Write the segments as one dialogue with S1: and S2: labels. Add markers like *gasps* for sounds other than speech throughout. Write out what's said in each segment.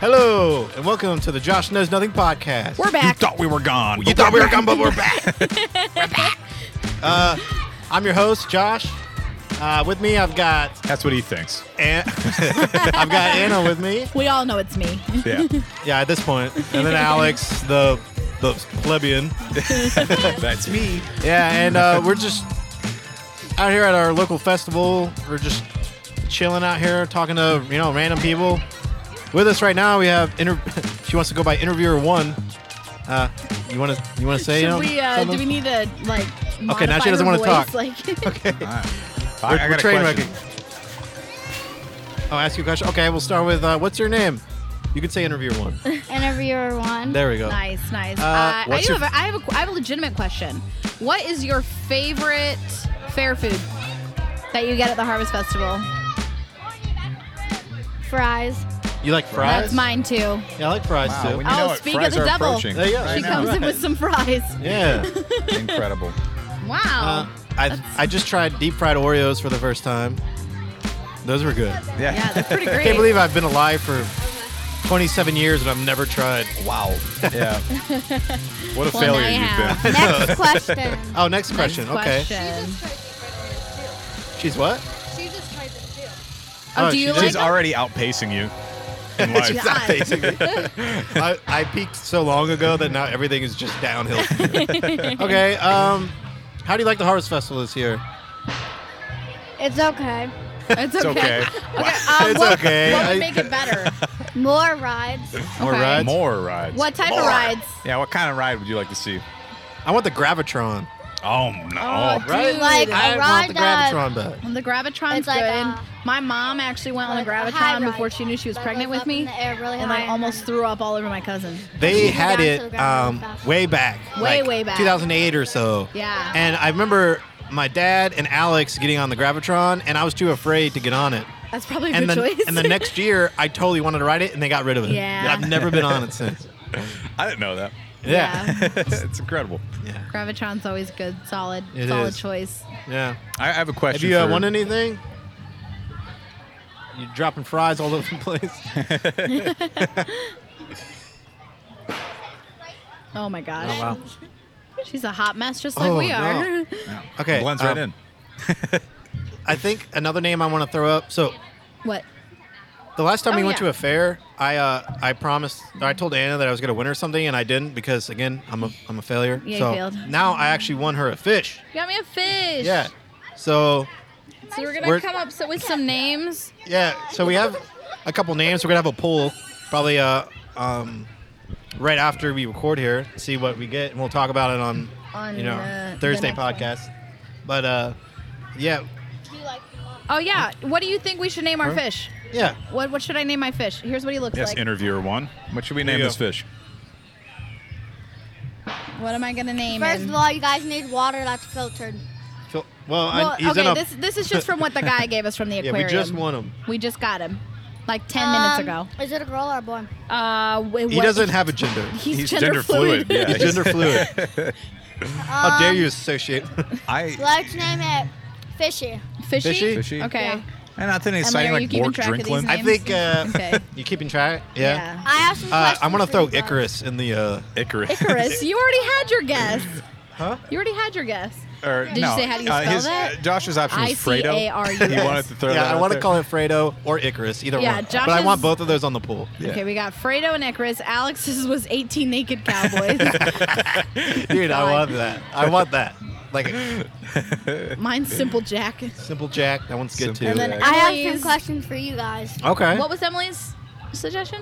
S1: Hello, and welcome to the Josh Knows Nothing podcast.
S2: We're back.
S3: Thought we were gone.
S1: you thought we were gone, but we're back. we're back. Uh, I'm your host, Josh. Uh, with me, I've got
S3: That's what he thinks.
S1: An- *laughs* I've got Anna with me.
S2: We all know it's me.
S3: Yeah,
S1: *laughs* Yeah, at this point, and then Alex, the the plebeian.
S3: *laughs* that's me.
S1: Yeah, and uh, we're just out here at our local festival. We're just chilling out here, talking to you know random people. With us right now, we have inter- *laughs* she wants to go by interviewer one. Uh, you want to you want to say you
S2: Should
S1: know,
S2: we? Uh, do
S1: something?
S2: we need to like?
S1: Okay, now
S2: modify
S1: she doesn't
S2: her
S1: wanna
S2: voice?
S1: talk. *laughs*
S2: Like,
S3: All right.
S1: We're-
S3: I,
S1: we're
S3: I got a
S1: train
S3: question.
S1: wrecking. I'll ask you a question. Okay, we'll start with uh, what's your name? You can say interviewer one.
S2: *laughs*
S4: Interviewer one.
S1: There we go.
S2: nice, nice.
S1: Uh,
S2: Uh, I
S1: what's
S2: do
S1: your-
S2: have. A, I have. A, qu- I have a legitimate question. What is your favorite fair food that you get at the Harvest Festival?
S4: Fries.
S1: You like fries?
S2: That's mine too.
S1: Yeah, I like fries
S3: Wow,
S1: too.
S3: when you
S2: Oh,
S3: know it,
S2: speak of
S3: fries
S2: the
S3: are
S2: devil.
S3: approaching.
S1: There you go.
S3: Right
S2: She
S1: know,
S2: comes in
S1: right?
S2: with some fries.
S1: *laughs* yeah.
S3: now. Incredible.
S2: Wow.
S1: Uh, I I just tried deep fried Oreos for the first time. Those were good.
S2: *laughs*
S3: Yeah.
S2: yeah, that's pretty
S1: *laughs*
S2: great.
S1: I can't believe I've been alive for 27 years and I've never tried.
S3: *laughs* wow. Yeah. what a
S2: Well, now
S3: failure
S2: you
S3: you've
S2: have.
S3: been.
S1: *laughs*
S4: Next question.
S1: Oh, next
S2: Next
S1: question. Okay.
S2: question. Oh,
S1: She's what?
S4: She just tried them too.
S2: Oh,
S1: Oh,
S2: do you
S1: she
S2: like?
S1: *laughs*
S3: She's already outpacing you in life.
S2: She's not.
S1: I, I peaked so long ago that now everything is just downhill. okay. Um, how do you like the Harvest Festival this year?
S4: It's okay.
S2: It's
S3: It's
S2: okay.
S3: okay.
S2: *laughs* Okay, um,
S1: It's
S2: what,
S1: okay.
S2: What
S1: I-
S2: would make
S1: *laughs*
S2: it better?
S4: More rides.
S1: More
S2: Okay.
S1: rides?
S3: More rides.
S2: What type
S3: More.
S2: of rides?
S3: Yeah, what kind of ride would you like to see?
S1: I want the Gravitron.
S3: Oh, no.
S2: dude. um,
S1: right?
S4: Like a
S1: I want the
S4: ride, uh,
S1: Gravitron back.
S2: The Gravitron's
S4: It's like
S2: good.
S4: a-
S2: my mom actually went on
S4: like
S2: the
S4: a high
S2: Gravitron
S4: ride
S2: before she knew she was
S4: that
S2: pregnant
S4: goes
S2: with
S4: up
S2: me,
S4: In the air really
S2: and I
S4: high
S2: almost threw up all over my cousin.
S1: They
S4: Down
S1: had
S4: to the
S1: it
S4: Gravitron
S1: um,
S4: Festival.
S1: way back.
S2: Way,
S1: like
S2: way back.
S1: 2008 or so.
S2: Yeah.
S1: And I remember my dad and Alex getting on the Gravitron, and I was too afraid to get on
S2: *laughs*
S1: it.
S2: That's probably a
S1: and
S2: good
S1: the,
S2: choice.
S1: and the
S2: *laughs*
S1: next year, I totally wanted to ride it, and they got rid of it.
S2: Yeah.
S1: I've never been on it
S2: *laughs*
S1: since.
S3: I didn't know that. *laughs*
S1: Yeah. *laughs*
S3: it's incredible.
S1: Yeah.
S2: Gravitron's always good, solid,
S1: It
S2: solid
S1: is.
S2: choice.
S1: Yeah.
S3: I I have a
S1: Have
S3: question.
S1: you uh,
S3: for-
S1: won anything? You dropping fries all over the *laughs* place?
S2: Oh my gosh.
S1: Oh, wow.
S2: She's a hot mess, just like
S1: Oh,
S2: we
S1: no.
S2: are. *laughs*
S3: Yeah.
S1: Okay,
S3: Blends
S1: um,
S3: right in.
S1: I think another name I want to throw up. So
S2: What?
S1: the last time we
S2: Oh,
S1: went
S2: yeah.
S1: to a fair, I uh, I promised or I told Anna that I was gonna win her something, and I didn't because again I'm a I'm a failure.
S2: Yeah, you
S1: so
S2: failed.
S1: now I actually won her a fish.
S2: You got me a fish.
S1: Yeah. So
S2: So we're gonna
S1: We're-
S2: come up so- with some names.
S1: Yeah, so we have a couple names. We're gonna have a poll, probably uh, um, right after we record here. See what we get, and we'll talk about it on,
S2: On,
S1: you know
S2: uh, the
S1: Thursday
S2: next one.
S1: podcast. But uh, yeah,
S2: Oh yeah. What do you think we should name our fish?
S1: yeah.
S2: What What should I name my fish? Here's what he looks
S3: Yes,
S2: like.
S3: interviewer one. What should we
S1: Here
S3: name
S1: you
S3: this
S1: go.
S3: fish?
S2: what am I gonna name
S4: First
S2: him?
S4: of all, you guys need water that's filtered.
S1: So- well, I-
S2: well,
S1: he's
S2: okay.
S1: in a,
S2: this This is just from what the guy gave us from the
S1: *laughs* yeah.
S2: aquarium.
S1: We just won him.
S2: We just got him, like ten minutes
S4: Um,
S2: ago.
S4: Is it a girl or a boy?
S2: Uh, wait,
S1: He
S2: what- *laughs*
S1: doesn't have a gender.
S2: He's,
S3: He's
S2: gender,
S3: gender
S2: fluid.
S3: fluid, yeah.
S1: He's gender fluid. How
S2: Um,
S1: dare you associate?
S3: I
S4: Um, Let's name it Fishy.
S2: *laughs* Fishy?
S1: Fishy?
S3: Fishy.
S2: Okay.
S4: Yeah.
S3: and nothing
S2: are
S3: exciting
S2: you
S3: like
S2: keeping
S3: Bork
S2: track of these
S3: Drinklin.
S2: names?
S1: I think uh,
S2: Okay.
S1: *laughs* you keeping track. Yeah.
S4: I have some
S1: Uh,
S4: questions.
S1: I'm gonna
S4: for
S1: throw
S4: you guys.
S1: Icarus in the. Uh,
S2: *laughs*
S3: Icarus. *laughs*
S2: Icarus, you already had your guess.
S1: huh?
S2: You already had your guess.
S3: or,
S2: Did you
S3: no,
S2: say how do you
S3: uh,
S2: spell
S3: his,
S2: that?
S3: uh, Josh's option was Fredo.
S2: I-C-A-R-U-S.
S3: He wanted to throw that.
S1: Yeah, I
S3: out
S1: want to
S3: there.
S1: call it Fredo or Icarus, either
S2: Yeah,
S1: one.
S2: Josh
S1: but I want
S2: is-
S1: both of those on the
S3: *laughs*
S1: pool.
S3: Yeah.
S2: Okay, we got Fredo and Icarus. Alex's was 18
S1: *laughs*
S2: Naked Cowboys.
S1: Dude, I
S2: God.
S1: love that. I want that.
S3: *laughs*
S1: Like
S2: Mine's Simple Jack.
S1: simple Jack. That one's good
S3: Simple
S1: too.
S3: And then-
S4: I have
S2: Emily's-
S4: some questions for you guys.
S1: okay.
S2: What was Emily's suggestion?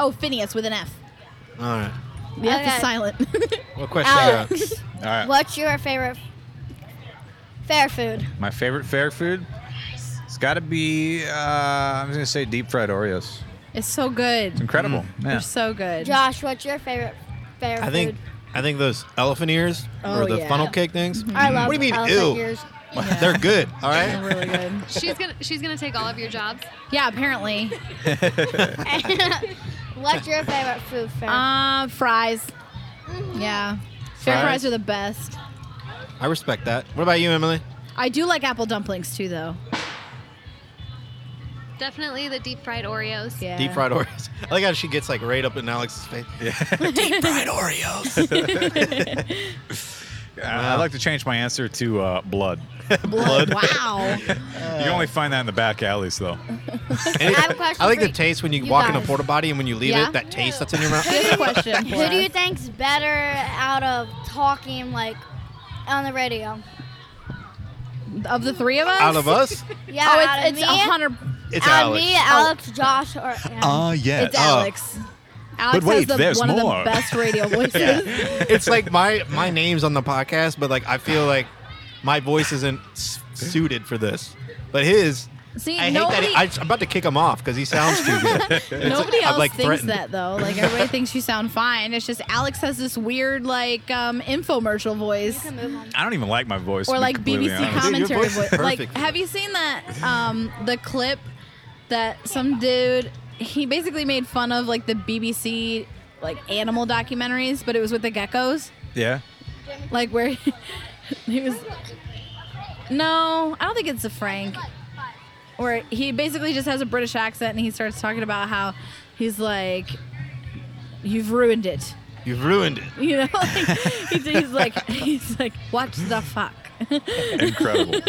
S2: Oh, Phineas with an F.
S1: All right.
S2: The F
S4: Okay.
S2: is silent. *laughs*
S1: What question? you
S4: Alex,
S3: *laughs* All right.
S4: what's your favorite fair food?
S3: My favorite fair food? It's got to be, uh, I'm going to say deep fried Oreos.
S2: it's so good.
S3: Incredible.
S2: They're
S3: Yeah.
S1: Mm.
S2: so good.
S4: Josh, what's your favorite fair
S1: got? I
S4: food?
S1: think I think those elephant ears
S2: Oh,
S1: or the
S2: yeah. Mm-hmm.
S1: funnel cake things. *laughs*
S4: I love
S1: What do you mean,
S4: elephant
S1: ew?
S4: ears. *laughs*
S2: Yeah.
S1: They're good. All
S2: They're
S1: right.
S2: really good.
S5: She's gonna she's gonna take all of your jobs.
S2: Yeah, apparently.
S4: What's your favorite food fair?
S2: Uh, fries. Yeah. Fair
S1: Fries?
S2: fries? are the best.
S1: I respect that. What about you, Emily?
S2: I do like apple dumplings too, though.
S5: Definitely the deep fried Oreos.
S2: Yeah.
S1: Deep fried Oreos. *laughs* I like how she gets like right up in Alex's
S2: *laughs*
S1: face.
S3: *laughs* Fried
S1: *laughs*
S3: Oreos. I'd like to change my answer to uh, blood.
S2: blood.
S1: *laughs*
S2: Wow.
S1: Uh.
S3: you can only find that in the back alleys, though.
S1: And
S4: I have a question
S1: I like
S4: for
S1: the taste when you,
S4: you
S1: walk in a
S4: guys.
S1: porta potty and when you leave
S2: Yeah?
S1: it, that taste that's in your
S2: *laughs*
S1: mouth.
S2: Good question.
S4: Who do you think's better out of talking like on the radio?
S2: of the three of us?
S1: Out of us,
S4: Yeah,
S2: Oh,
S4: out of
S2: it's, it's a
S4: me,
S2: hundred.
S1: it's
S4: out of
S1: Alex. Uh,
S4: me, Alex, Josh,
S1: *laughs*
S4: or
S3: Ah, yes.
S2: It's
S1: Oh.
S2: Alex. Alex
S3: But wait,
S2: has the,
S3: there's
S2: one
S3: more.
S2: of the best
S1: *laughs*
S2: radio voices.
S1: It's like my my name's on the podcast, but like I feel like my voice isn't s- suited for this. But his,
S2: See,
S1: I hate
S2: nobody,
S1: that. I, am about to kick him off because he sounds too good.
S2: *laughs* nobody
S1: I'm,
S2: else
S1: like,
S2: thinks
S1: threatened.
S2: that though. Like everybody thinks you sound fine. It's just Alex has this weird like um, infomercial voice.
S3: I don't even like my voice. to
S2: or
S3: be
S2: like
S3: completely
S2: BBC
S1: Dude,
S3: honest.
S1: your
S2: commentary.
S1: voice is
S2: vo- like,
S1: perfect.
S2: have you seen that um, the clip that some dude he basically made fun of like the BBC like animal documentaries, but it was with the geckos,
S3: Yeah.
S2: like where *laughs* he, he was. No, I don't think it's a Frank. Where he basically just has a British accent and he starts talking about how he's like, "You've ruined it." *laughs*
S1: You've ruined it.
S2: You know, like, he's, he's like, he's like, "Watch the fuck." *laughs*
S3: Incredible.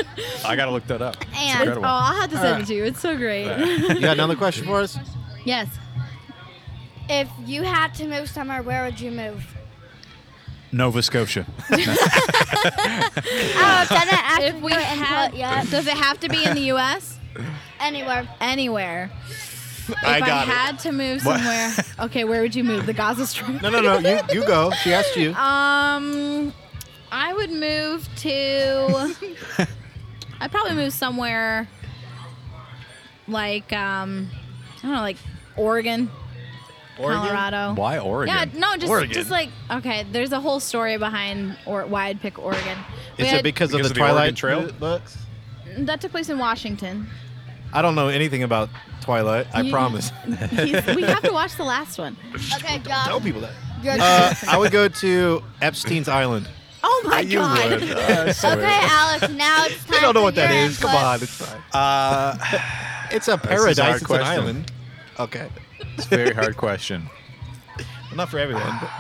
S3: I got to look that up. it's
S4: And-
S2: It's-
S3: incredible.
S2: Oh, I'll have to send
S1: right.
S2: it to you. It's so great.
S1: You got another question for us?
S2: *laughs* yes.
S4: if you had to move somewhere, where would you move?
S3: Nova Scotia.
S4: Oh, I
S1: *laughs*
S4: didn't ask
S2: If we
S4: for
S2: had,
S4: input yet.
S2: does it have to be in the U.S.
S4: Anywhere.
S2: anywhere? If
S1: I got it.
S2: had to move
S1: *laughs*
S3: What?
S2: somewhere, okay, where would you move? The Gaza Strip.
S1: No, no, no. You you go. She asked you.
S2: *laughs* Um, I would move to. I'd probably move somewhere like um, I don't know, like Oregon, Colorado.
S3: Why Oregon?
S2: Yeah, no, just
S1: Oregon.
S2: just like okay. There's a whole story behind or why I'd pick Oregon. We
S1: Is it
S2: had-
S1: because of
S3: Because
S1: the
S3: of the
S1: Twilight
S3: Oregon Trail?
S1: books?
S2: that took place in Washington.
S1: I don't know anything about Twilight. I
S2: You- *laughs*
S1: promise.
S2: He's- we have to watch the last one.
S4: Okay,
S1: Tell
S4: Josh.
S1: people that.
S4: Your
S1: Uh, I would go to Epstein's Island.
S2: Oh my
S3: you
S2: god! *laughs*
S3: would. Uh, sorry.
S4: Okay, Alex,
S1: *laughs*
S4: now it's time
S1: I don't know
S4: for
S1: what that
S4: your
S1: is. Come
S4: input.
S1: on, it's fine.
S3: Uh,
S1: It's a
S3: hard
S1: paradise. It's an
S3: question.
S1: island. Okay,
S3: it's a very hard question.
S1: not for everyone. but-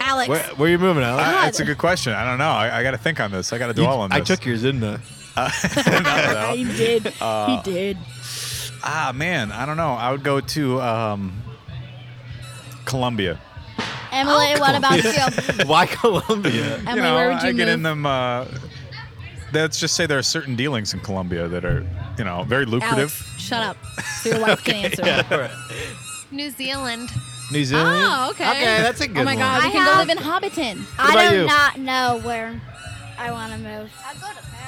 S2: Alex,
S1: Where, where are you moving, Alex?
S3: Uh, it's a good question. I don't know. I, I got to think on this. I got to
S1: You-
S3: dwell on this.
S1: I took
S3: *laughs*
S1: yours, didn't I?
S2: *laughs* he did. he did.
S3: Ah, man. I don't know. I would go to um, Colombia.
S4: Emily,
S1: Oh,
S4: what about
S1: *laughs*
S4: you?
S1: *laughs* Why Colombia?
S2: Emily,
S3: you know,
S2: where would you
S3: I get
S2: move?
S3: in them. Uh, let's just say there are certain dealings in Colombia that are, you know, very lucrative.
S2: Alex, shut up. So your wife can answer.
S5: New Zealand.
S1: New Zealand.
S2: Oh, okay.
S1: Okay, that's a good
S2: Oh my
S1: one.
S2: god, we
S4: I
S2: can
S4: have-
S2: go live in Hobbiton.
S1: What about
S4: I do
S1: you?
S4: not know where I want to move. I'd go to Paris.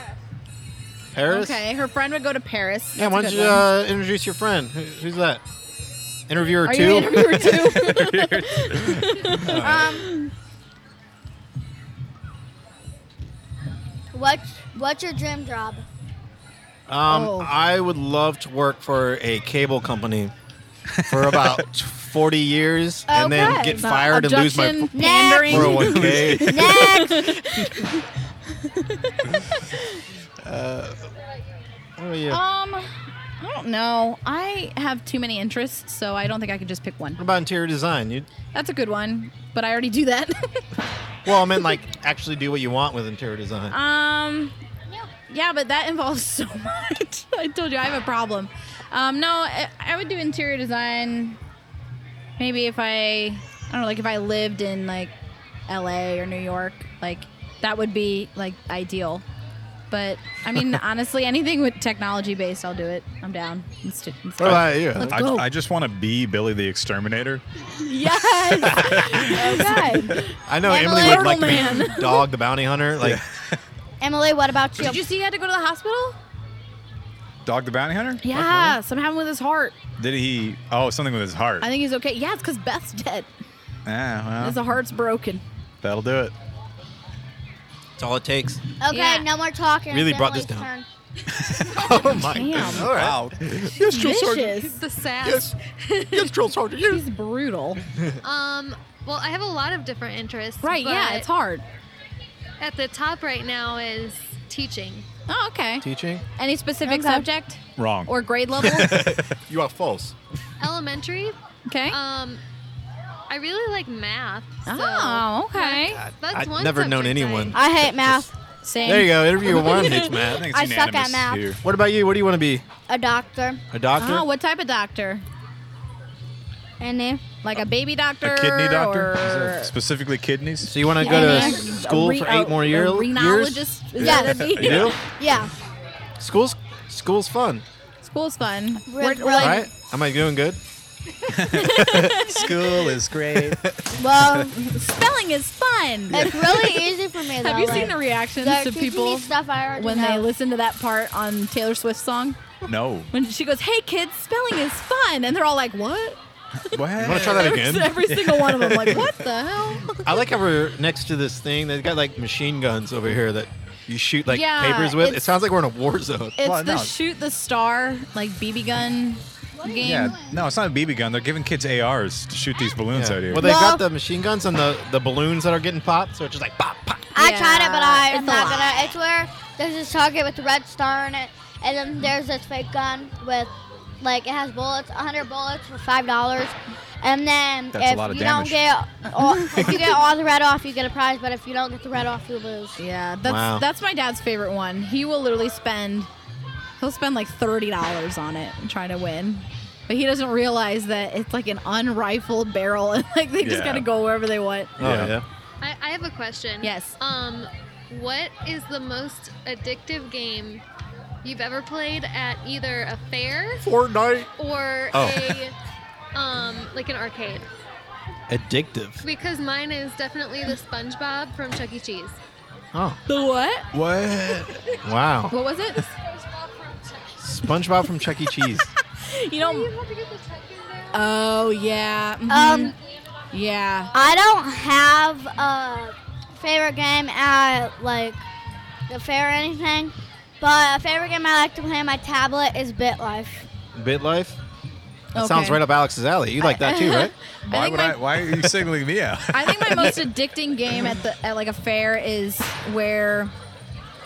S1: Paris.
S2: Okay, her friend would go to Paris.
S1: Yeah,
S2: That's
S1: why
S2: a
S1: don't
S2: good
S1: you
S2: one.
S1: uh, introduce your friend? Who, who's that? Interviewer
S2: Are
S1: uh, two.
S2: you interviewer two?
S4: Um, what what's your dream job?
S1: *laughs*
S4: *laughs*
S1: Um,
S2: Oh.
S1: I would love to work for a cable company for
S2: *laughs*
S1: about 40 years and then
S4: Okay.
S1: get fired and lose my
S2: Abduction, pandering.
S4: Next.
S1: 401k.
S4: Next,
S1: What about you? What
S2: Um, I don't know. I have too many interests, so I don't think I could just pick one.
S1: about interior design? You
S2: That's a good one, but I already do that. *laughs*
S1: well, I meant like actually do what you want with interior design.
S2: um, yeah, but that *laughs* involves so much. *laughs* I told you I have a problem. Um, no, I, I would do interior design. Maybe if I, I don't know, like if I lived in like L.A. or New York, like that would be like ideal. But I mean, honestly, anything with technology based, I'll do it. I'm down. Let's do, let's do
S1: what about
S2: it.
S3: *laughs*
S1: you?
S2: Let's
S3: Oh, I,
S2: go.
S3: I just want to be Billy the Exterminator.
S2: Yes. okay.
S1: I know
S4: Emily
S1: Emily would like to
S2: Turtleman.
S1: be Dog the Bounty Hunter. Like,
S4: Emily, what about you?
S2: Did you see he had to go to the hospital?
S3: Dog the Bounty Hunter? Uh-huh.
S2: Yeah, something happened with his heart.
S3: Did he? Oh, something with his heart.
S2: I think he's okay. Yeah, it's because Beth's dead.
S3: ah,
S2: His
S3: well,
S2: heart's broken.
S3: that'll do it.
S1: that's all it
S2: *laughs*
S1: takes.
S4: okay,
S2: Yeah.
S4: no more talking.
S1: Really
S4: It's
S1: brought this
S4: Emily's
S1: down.
S4: turn.
S1: Oh my
S2: Damn.
S1: All right.
S3: Wow.
S1: Yes,
S2: Vicious.
S5: The sass.
S1: yes, drill sergeant.
S2: He's brutal.
S5: Um, well, I have a lot of different interests.
S2: Right? Yeah,
S5: but
S2: it's hard.
S5: At the top right now is teaching.
S2: Oh, okay.
S1: teaching.
S2: Any specific
S4: Okay.
S2: subject
S3: Wrong.
S2: or
S1: *laughs*
S2: grade level?
S1: You are false.
S5: Elementary.
S2: okay.
S5: Um, I really like math. So
S2: oh, okay.
S5: That's, that's
S1: I've
S5: one
S1: never known
S5: subject
S1: anyone.
S4: I hate math.
S2: Same.
S1: There you go. Interview
S2: *laughs*
S1: one.
S3: It's math. I think it's
S4: I suck at
S3: unanimous
S4: math.
S3: here.
S1: What about you? What do you want to be?
S4: A doctor.
S1: A doctor?
S2: Oh, what type of doctor?
S4: And then
S2: Like a baby doctor?
S3: A kidney
S2: Or
S3: doctor? Is it Specifically kidneys?
S1: so you want to go to
S2: Yeah.
S1: s- school
S2: A
S1: for
S2: re-
S1: eight more
S2: a-
S1: year,
S2: a
S1: years?
S2: Renologist? Is
S4: Yeah.
S2: that
S1: *laughs* *laughs*
S2: a
S1: You
S2: thing?
S1: do?
S4: yeah.
S1: School's school's fun,
S2: School's fun.
S4: We're-
S2: We're-
S4: we're
S1: All
S4: like-
S1: right? Am I doing good?
S3: School is great.
S4: Well,
S2: spelling is fun.
S4: it's really easy for me. Though,
S2: Have you
S4: like,
S2: seen the reactions
S4: they're
S2: to
S4: teaching me
S2: people
S4: stuff I already
S2: when
S4: know.
S2: they listen to that part on Taylor Swift's song?
S3: no.
S2: When she goes, "Hey kids, spelling is fun," and they're all like, "What?"
S3: What?
S1: wanna try that
S2: Every,
S1: again?
S2: *laughs* every single one of them, like, "What the hell?"
S1: I like how we're next to this thing. They've got like machine guns over here that you shoot like
S2: Yeah,
S1: papers with. It
S2: it's-
S1: sounds like we're in a war zone.
S2: It's
S3: Well,
S2: the
S3: no.
S2: shoot the star, like BB gun game.
S3: Yeah. No, it's not a BB gun. They're giving kids ARs to shoot these balloons
S1: Yeah.
S3: out here.
S1: Well, they've got
S4: No.
S1: the machine guns and the, the balloons that are getting popped, so it's just like pop, pop.
S4: I tried it,
S2: Yeah,
S4: but I
S2: it's
S4: am
S2: a
S4: not
S2: lot.
S4: gonna. It's where there's this target with a red star in it, and then there's this fake gun with, like, it has bullets, 100 bullets for five dollars, and then
S3: That's a
S4: if
S3: lot of
S4: you
S3: damage.
S4: don't
S3: *laughs*
S4: get, all, if you get all the red off, you get a prize, but if you don't get the red off, you lose.
S2: Yeah, that's
S1: Wow.
S2: that's my dad's favorite one. He will literally spend he'll spend like thirty dollars on it and try to win. But he doesn't realize that it's like an unrifled barrel *laughs* and like they just
S3: Yeah.
S2: gotta go wherever they want.
S1: Oh,
S3: Yeah.
S1: yeah.
S5: I, I have a question.
S2: Yes.
S5: Um, what is the most addictive game you've ever played at either a fair
S1: Fortnite.
S5: or
S1: Oh.
S5: a um like an arcade?
S1: Addictive.
S5: Because mine is definitely the SpongeBob from Chuck E. Cheese.
S1: Oh,
S2: The what?
S3: *laughs* what?
S1: wow.
S2: What was it? *laughs*
S1: SpongeBob from Chuck E.
S4: *laughs*
S1: Cheese.
S2: You know
S5: have to get the tech in there.
S2: Oh yeah. mhm,
S4: Um,
S2: yeah.
S4: I don't have a favorite game at like the fair or anything, but a favorite game I like to play on my tablet is BitLife.
S1: BitLife. That sounds
S2: Okay.
S1: right up Alex's alley. You like that too, right?
S4: *laughs*
S2: I
S3: Why
S2: think
S3: would
S2: my-
S3: I? Why are you singling me out? *laughs*
S2: I think my most addicting game at the at like a fair is where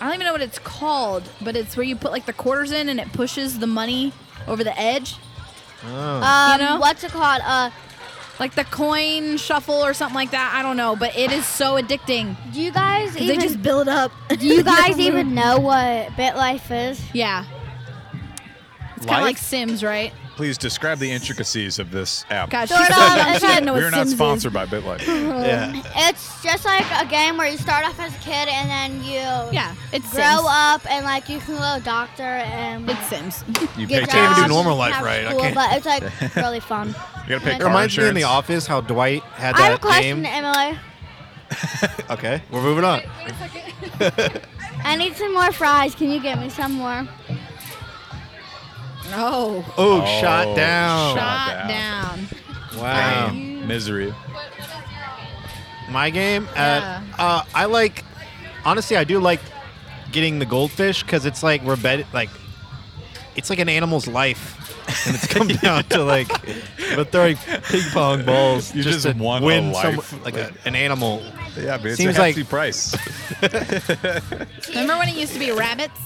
S2: I don't even know what it's called, but it's where you put like the quarters in and it pushes the money over the edge.
S1: Oh.
S4: Um,
S2: know?
S4: what's it called? Uh,
S2: like the coin shuffle or something like that. I don't know, but it is so addicting.
S4: do you guys
S2: 'Cause
S4: even
S2: they just build up.
S4: do *laughs* you guys even know what BitLife is?
S2: Yeah, it's kind of like Sims, right?
S3: Please describe the intricacies of this app.
S2: God, she,
S4: Sort of,
S2: she didn't know what
S3: We're not
S2: Sims
S3: sponsored by BitLife.
S1: yeah.
S4: It's just like a game where you start off as a kid and then you
S2: is. Yeah, it's
S4: grow
S2: Sims.
S4: up and like you can go to a doctor and
S2: It's Sims. *laughs*
S3: You pay
S4: get
S1: can't even do
S4: jobs,
S3: taxes.
S1: normal life
S4: have
S1: right, I
S4: School,
S1: can't.
S4: But
S1: *laughs*
S4: it's like really fun.
S3: You gotta pay
S4: It
S1: It
S3: car
S1: reminds me in
S3: insurance.
S1: the office how Dwight had
S4: I have a
S1: that
S4: question,
S1: game.
S4: Emily.
S1: Okay, we're moving on.
S5: Wait a second.
S4: I need some more fries. Can you get me some more?
S2: Oh,
S1: Oh,
S3: Oh,
S1: shot down.
S3: shot.
S2: shot
S3: down.
S2: down.
S1: Wow.
S3: Misery.
S1: My game? Uh,
S2: Yeah.
S1: uh, I like, honestly, I do like getting the goldfish because it's like, we're bet- like, it's like an animal's life. And it's
S3: *laughs*
S1: come down to like, but throwing ping pong balls
S3: You just
S1: to
S3: won a
S1: win
S3: life.
S1: some, like a, an animal.
S3: Yeah, but it's
S1: Seems
S3: a
S1: like-
S3: hefty price.
S2: Remember when it used to be rabbits?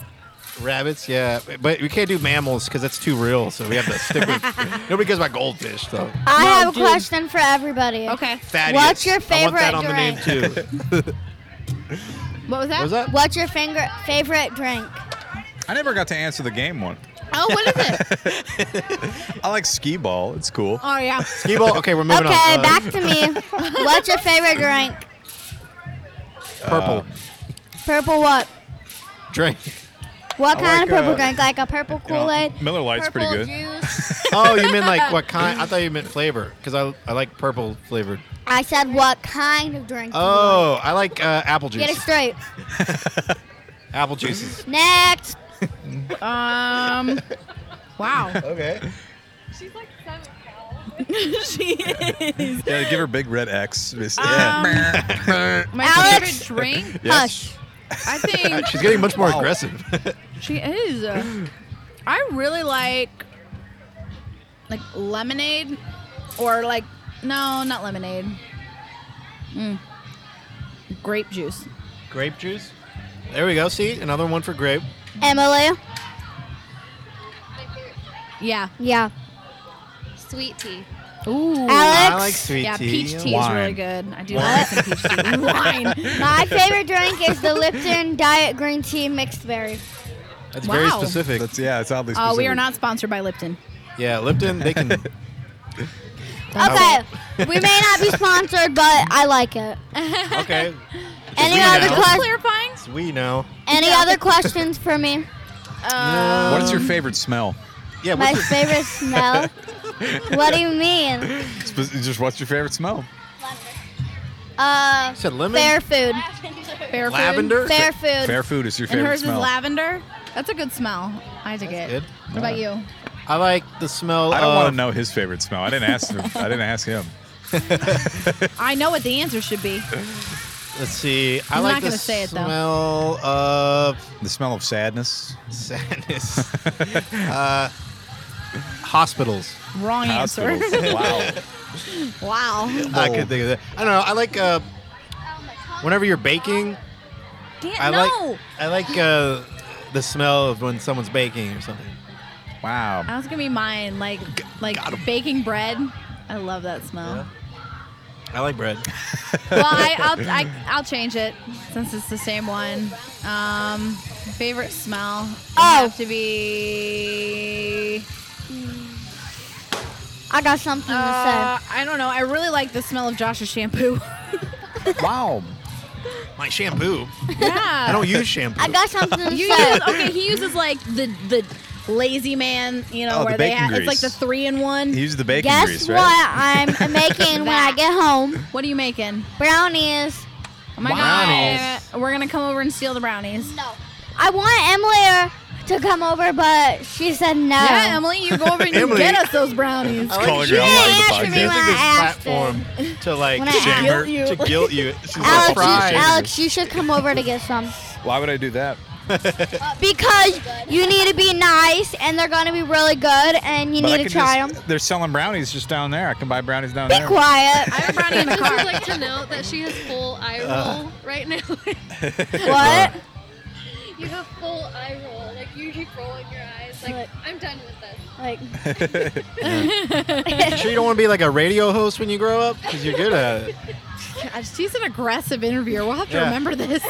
S1: Rabbits, yeah, but we can't do mammals because that's too real. So we have to stick
S3: *laughs*
S1: with. Nobody cares about goldfish, though.
S4: I
S2: No,
S4: have a
S2: dude.
S4: question for everybody.
S2: Okay,
S1: Thaddeus.
S4: What's your
S1: I want that
S4: favorite
S1: on the name too.
S2: what was that?
S1: What was that?
S4: What's your finger favorite drink?
S3: *laughs* I never got to answer the game one.
S2: Oh, what is it?
S3: I like skee ball. It's cool.
S2: oh yeah,
S1: Skee ball. Okay, we're moving
S4: Okay,
S1: on. Uh,
S4: back to me.
S1: *laughs*
S4: What's your favorite drink?
S1: Purple
S3: Uh,
S4: Purple what?
S1: drink.
S4: What
S3: I
S4: kind
S3: like,
S4: of purple
S3: uh,
S4: drink? Like a purple
S3: You know,
S4: Kool Aid?
S3: Miller Lite's
S4: purple
S3: pretty good.
S4: Juice?
S1: Oh, you meant like what kind? I thought you meant flavor because I, I like purple flavored.
S4: I said what kind of drink? do you like?
S1: Oh, I like uh, apple
S4: Get it
S1: juice.
S4: straight.
S1: Apple juices.
S4: Next.
S2: um, wow,
S1: Okay.
S5: She's like seven.
S2: *laughs* she is.
S3: Yeah, give her big red X. Just-
S2: Um,
S3: yeah.
S2: My
S4: Alex.
S2: favorite drink.
S3: Yes.
S4: Hush.
S2: I think
S1: uh, She's getting much more
S3: Wow.
S1: aggressive. *laughs*
S2: She is. uh, I really like like lemonade or like no, not lemonade. Mm. Grape juice.
S1: grape juice. There we go. See, another one for grape.
S4: Emily.
S2: Yeah.
S4: Yeah.
S5: Sweet tea.
S2: Ooh.
S4: Alex.
S1: I like sweet
S2: yeah,
S1: tea.
S2: peach tea is really
S3: Wine.
S2: good. I do like some peach tea. Wine.
S3: *laughs*
S4: My favorite drink is the Lipton Diet Green Tea Mixed Berry.
S1: That's very
S2: Wow.
S1: specific.
S3: That's yeah, it's oddly
S2: Oh,
S3: specific.
S2: we are not sponsored by Lipton.
S1: yeah, Lipton. They
S2: *laughs*
S1: can.
S4: Okay. we may not be sponsored, but I like it.
S1: okay.
S4: Any
S1: we
S4: other
S1: know.
S4: que-
S2: Clarifying.
S1: It's we know.
S4: Any other questions for me?
S2: Uh,
S1: Um,
S3: What's your favorite smell?
S1: Yeah.
S4: My
S1: What's your,
S4: favorite smell. What do you mean?
S3: Spe- Just what's your favorite smell?
S4: Uh,
S1: you said lemon.
S4: fair food.
S2: Fair food.
S1: Lavender.
S4: Fair food.
S3: Fair food is your
S2: And
S3: favorite
S2: hers
S3: smell.
S2: is lavender. That's a good smell. I dig
S1: That's
S2: it.
S1: good.
S2: What about you?
S1: I like the smell.
S3: I don't want
S1: of,
S3: to know his favorite smell. I didn't ask him. I didn't ask him.
S2: I know what the answer should be.
S1: Let's see. I
S2: I'm
S1: like
S2: not
S1: the
S2: gonna say it, though.
S1: smell of
S3: *laughs* The smell of sadness. *laughs*
S1: sadness. uh, hospitals.
S2: Wrong answer.
S3: Hospitals. wow.
S2: wow.
S1: I could think of that. I don't know. I like uh, whenever you're baking.
S2: *laughs* Damn,
S1: I
S2: no.
S1: like I like uh, the smell of when someone's baking or something.
S3: Wow.
S2: That was gonna be mine. Like like baking bread. I love that smell.
S1: I like bread.
S2: Well,
S1: *laughs*
S2: I, I'll I, I'll change it since it's the same one. Um, favorite smell would
S4: Oh.
S2: have to be.
S4: I got something
S2: Uh, I don't know. I really like the smell of Josh's shampoo. *laughs*
S3: wow.
S1: My shampoo.
S2: yeah.
S1: I don't use
S4: to
S1: shampoo.
S4: say. I got something to
S3: *laughs*
S2: You
S4: say.
S2: use okay. He uses like the the lazy man. You know
S3: Oh, the
S2: where they
S3: bacon
S2: have it's like
S3: grease.
S2: the three in one.
S3: He uses the bacon
S4: Guess
S3: grease,
S4: what
S3: right?
S4: I'm making
S2: *laughs*
S4: when I get home?
S2: What are you making?
S4: Brownies.
S2: Oh my
S1: Brownies.
S2: god! We're gonna come over and steal the brownies.
S4: No. I want Emily to come over, but she said no.
S2: Yeah, Oh, Emily, you go over and you
S1: Emily.
S2: get us those brownies.
S1: I like
S3: Calling
S1: you.
S3: her out
S4: Yeah,
S3: live on
S4: ask
S3: the
S4: me
S3: podcast.
S4: when
S1: Using this
S4: I asked
S1: platform to like
S4: When I asked.
S1: her-
S2: Guilt you.
S1: to guilt you. She's like,
S4: Alex,
S1: fries.
S4: you, Alex, you should come over to get some
S3: Why would I do that?
S2: Uh,
S4: because you need to be nice, and they're gonna be really good, and you
S3: But I
S4: need to
S3: could
S4: try
S3: just-
S4: them.
S3: They're selling brownies just down there. I can buy brownies down
S4: Be
S3: there. *laughs*
S4: quiet.
S2: I have a brownie in the
S5: Just
S2: car.
S5: would like to note that she has full eye roll right now. *laughs*
S4: what?
S5: you have full eye roll. Like you keep rolling your eyes. Like I'm done with this.
S3: *laughs*
S4: Like, *laughs*
S1: You sure you don't want to be like a radio host when you grow up? Because you're good at it.
S2: Gosh, she's an aggressive interviewer. We'll have to
S1: Yeah.
S2: remember *laughs* this.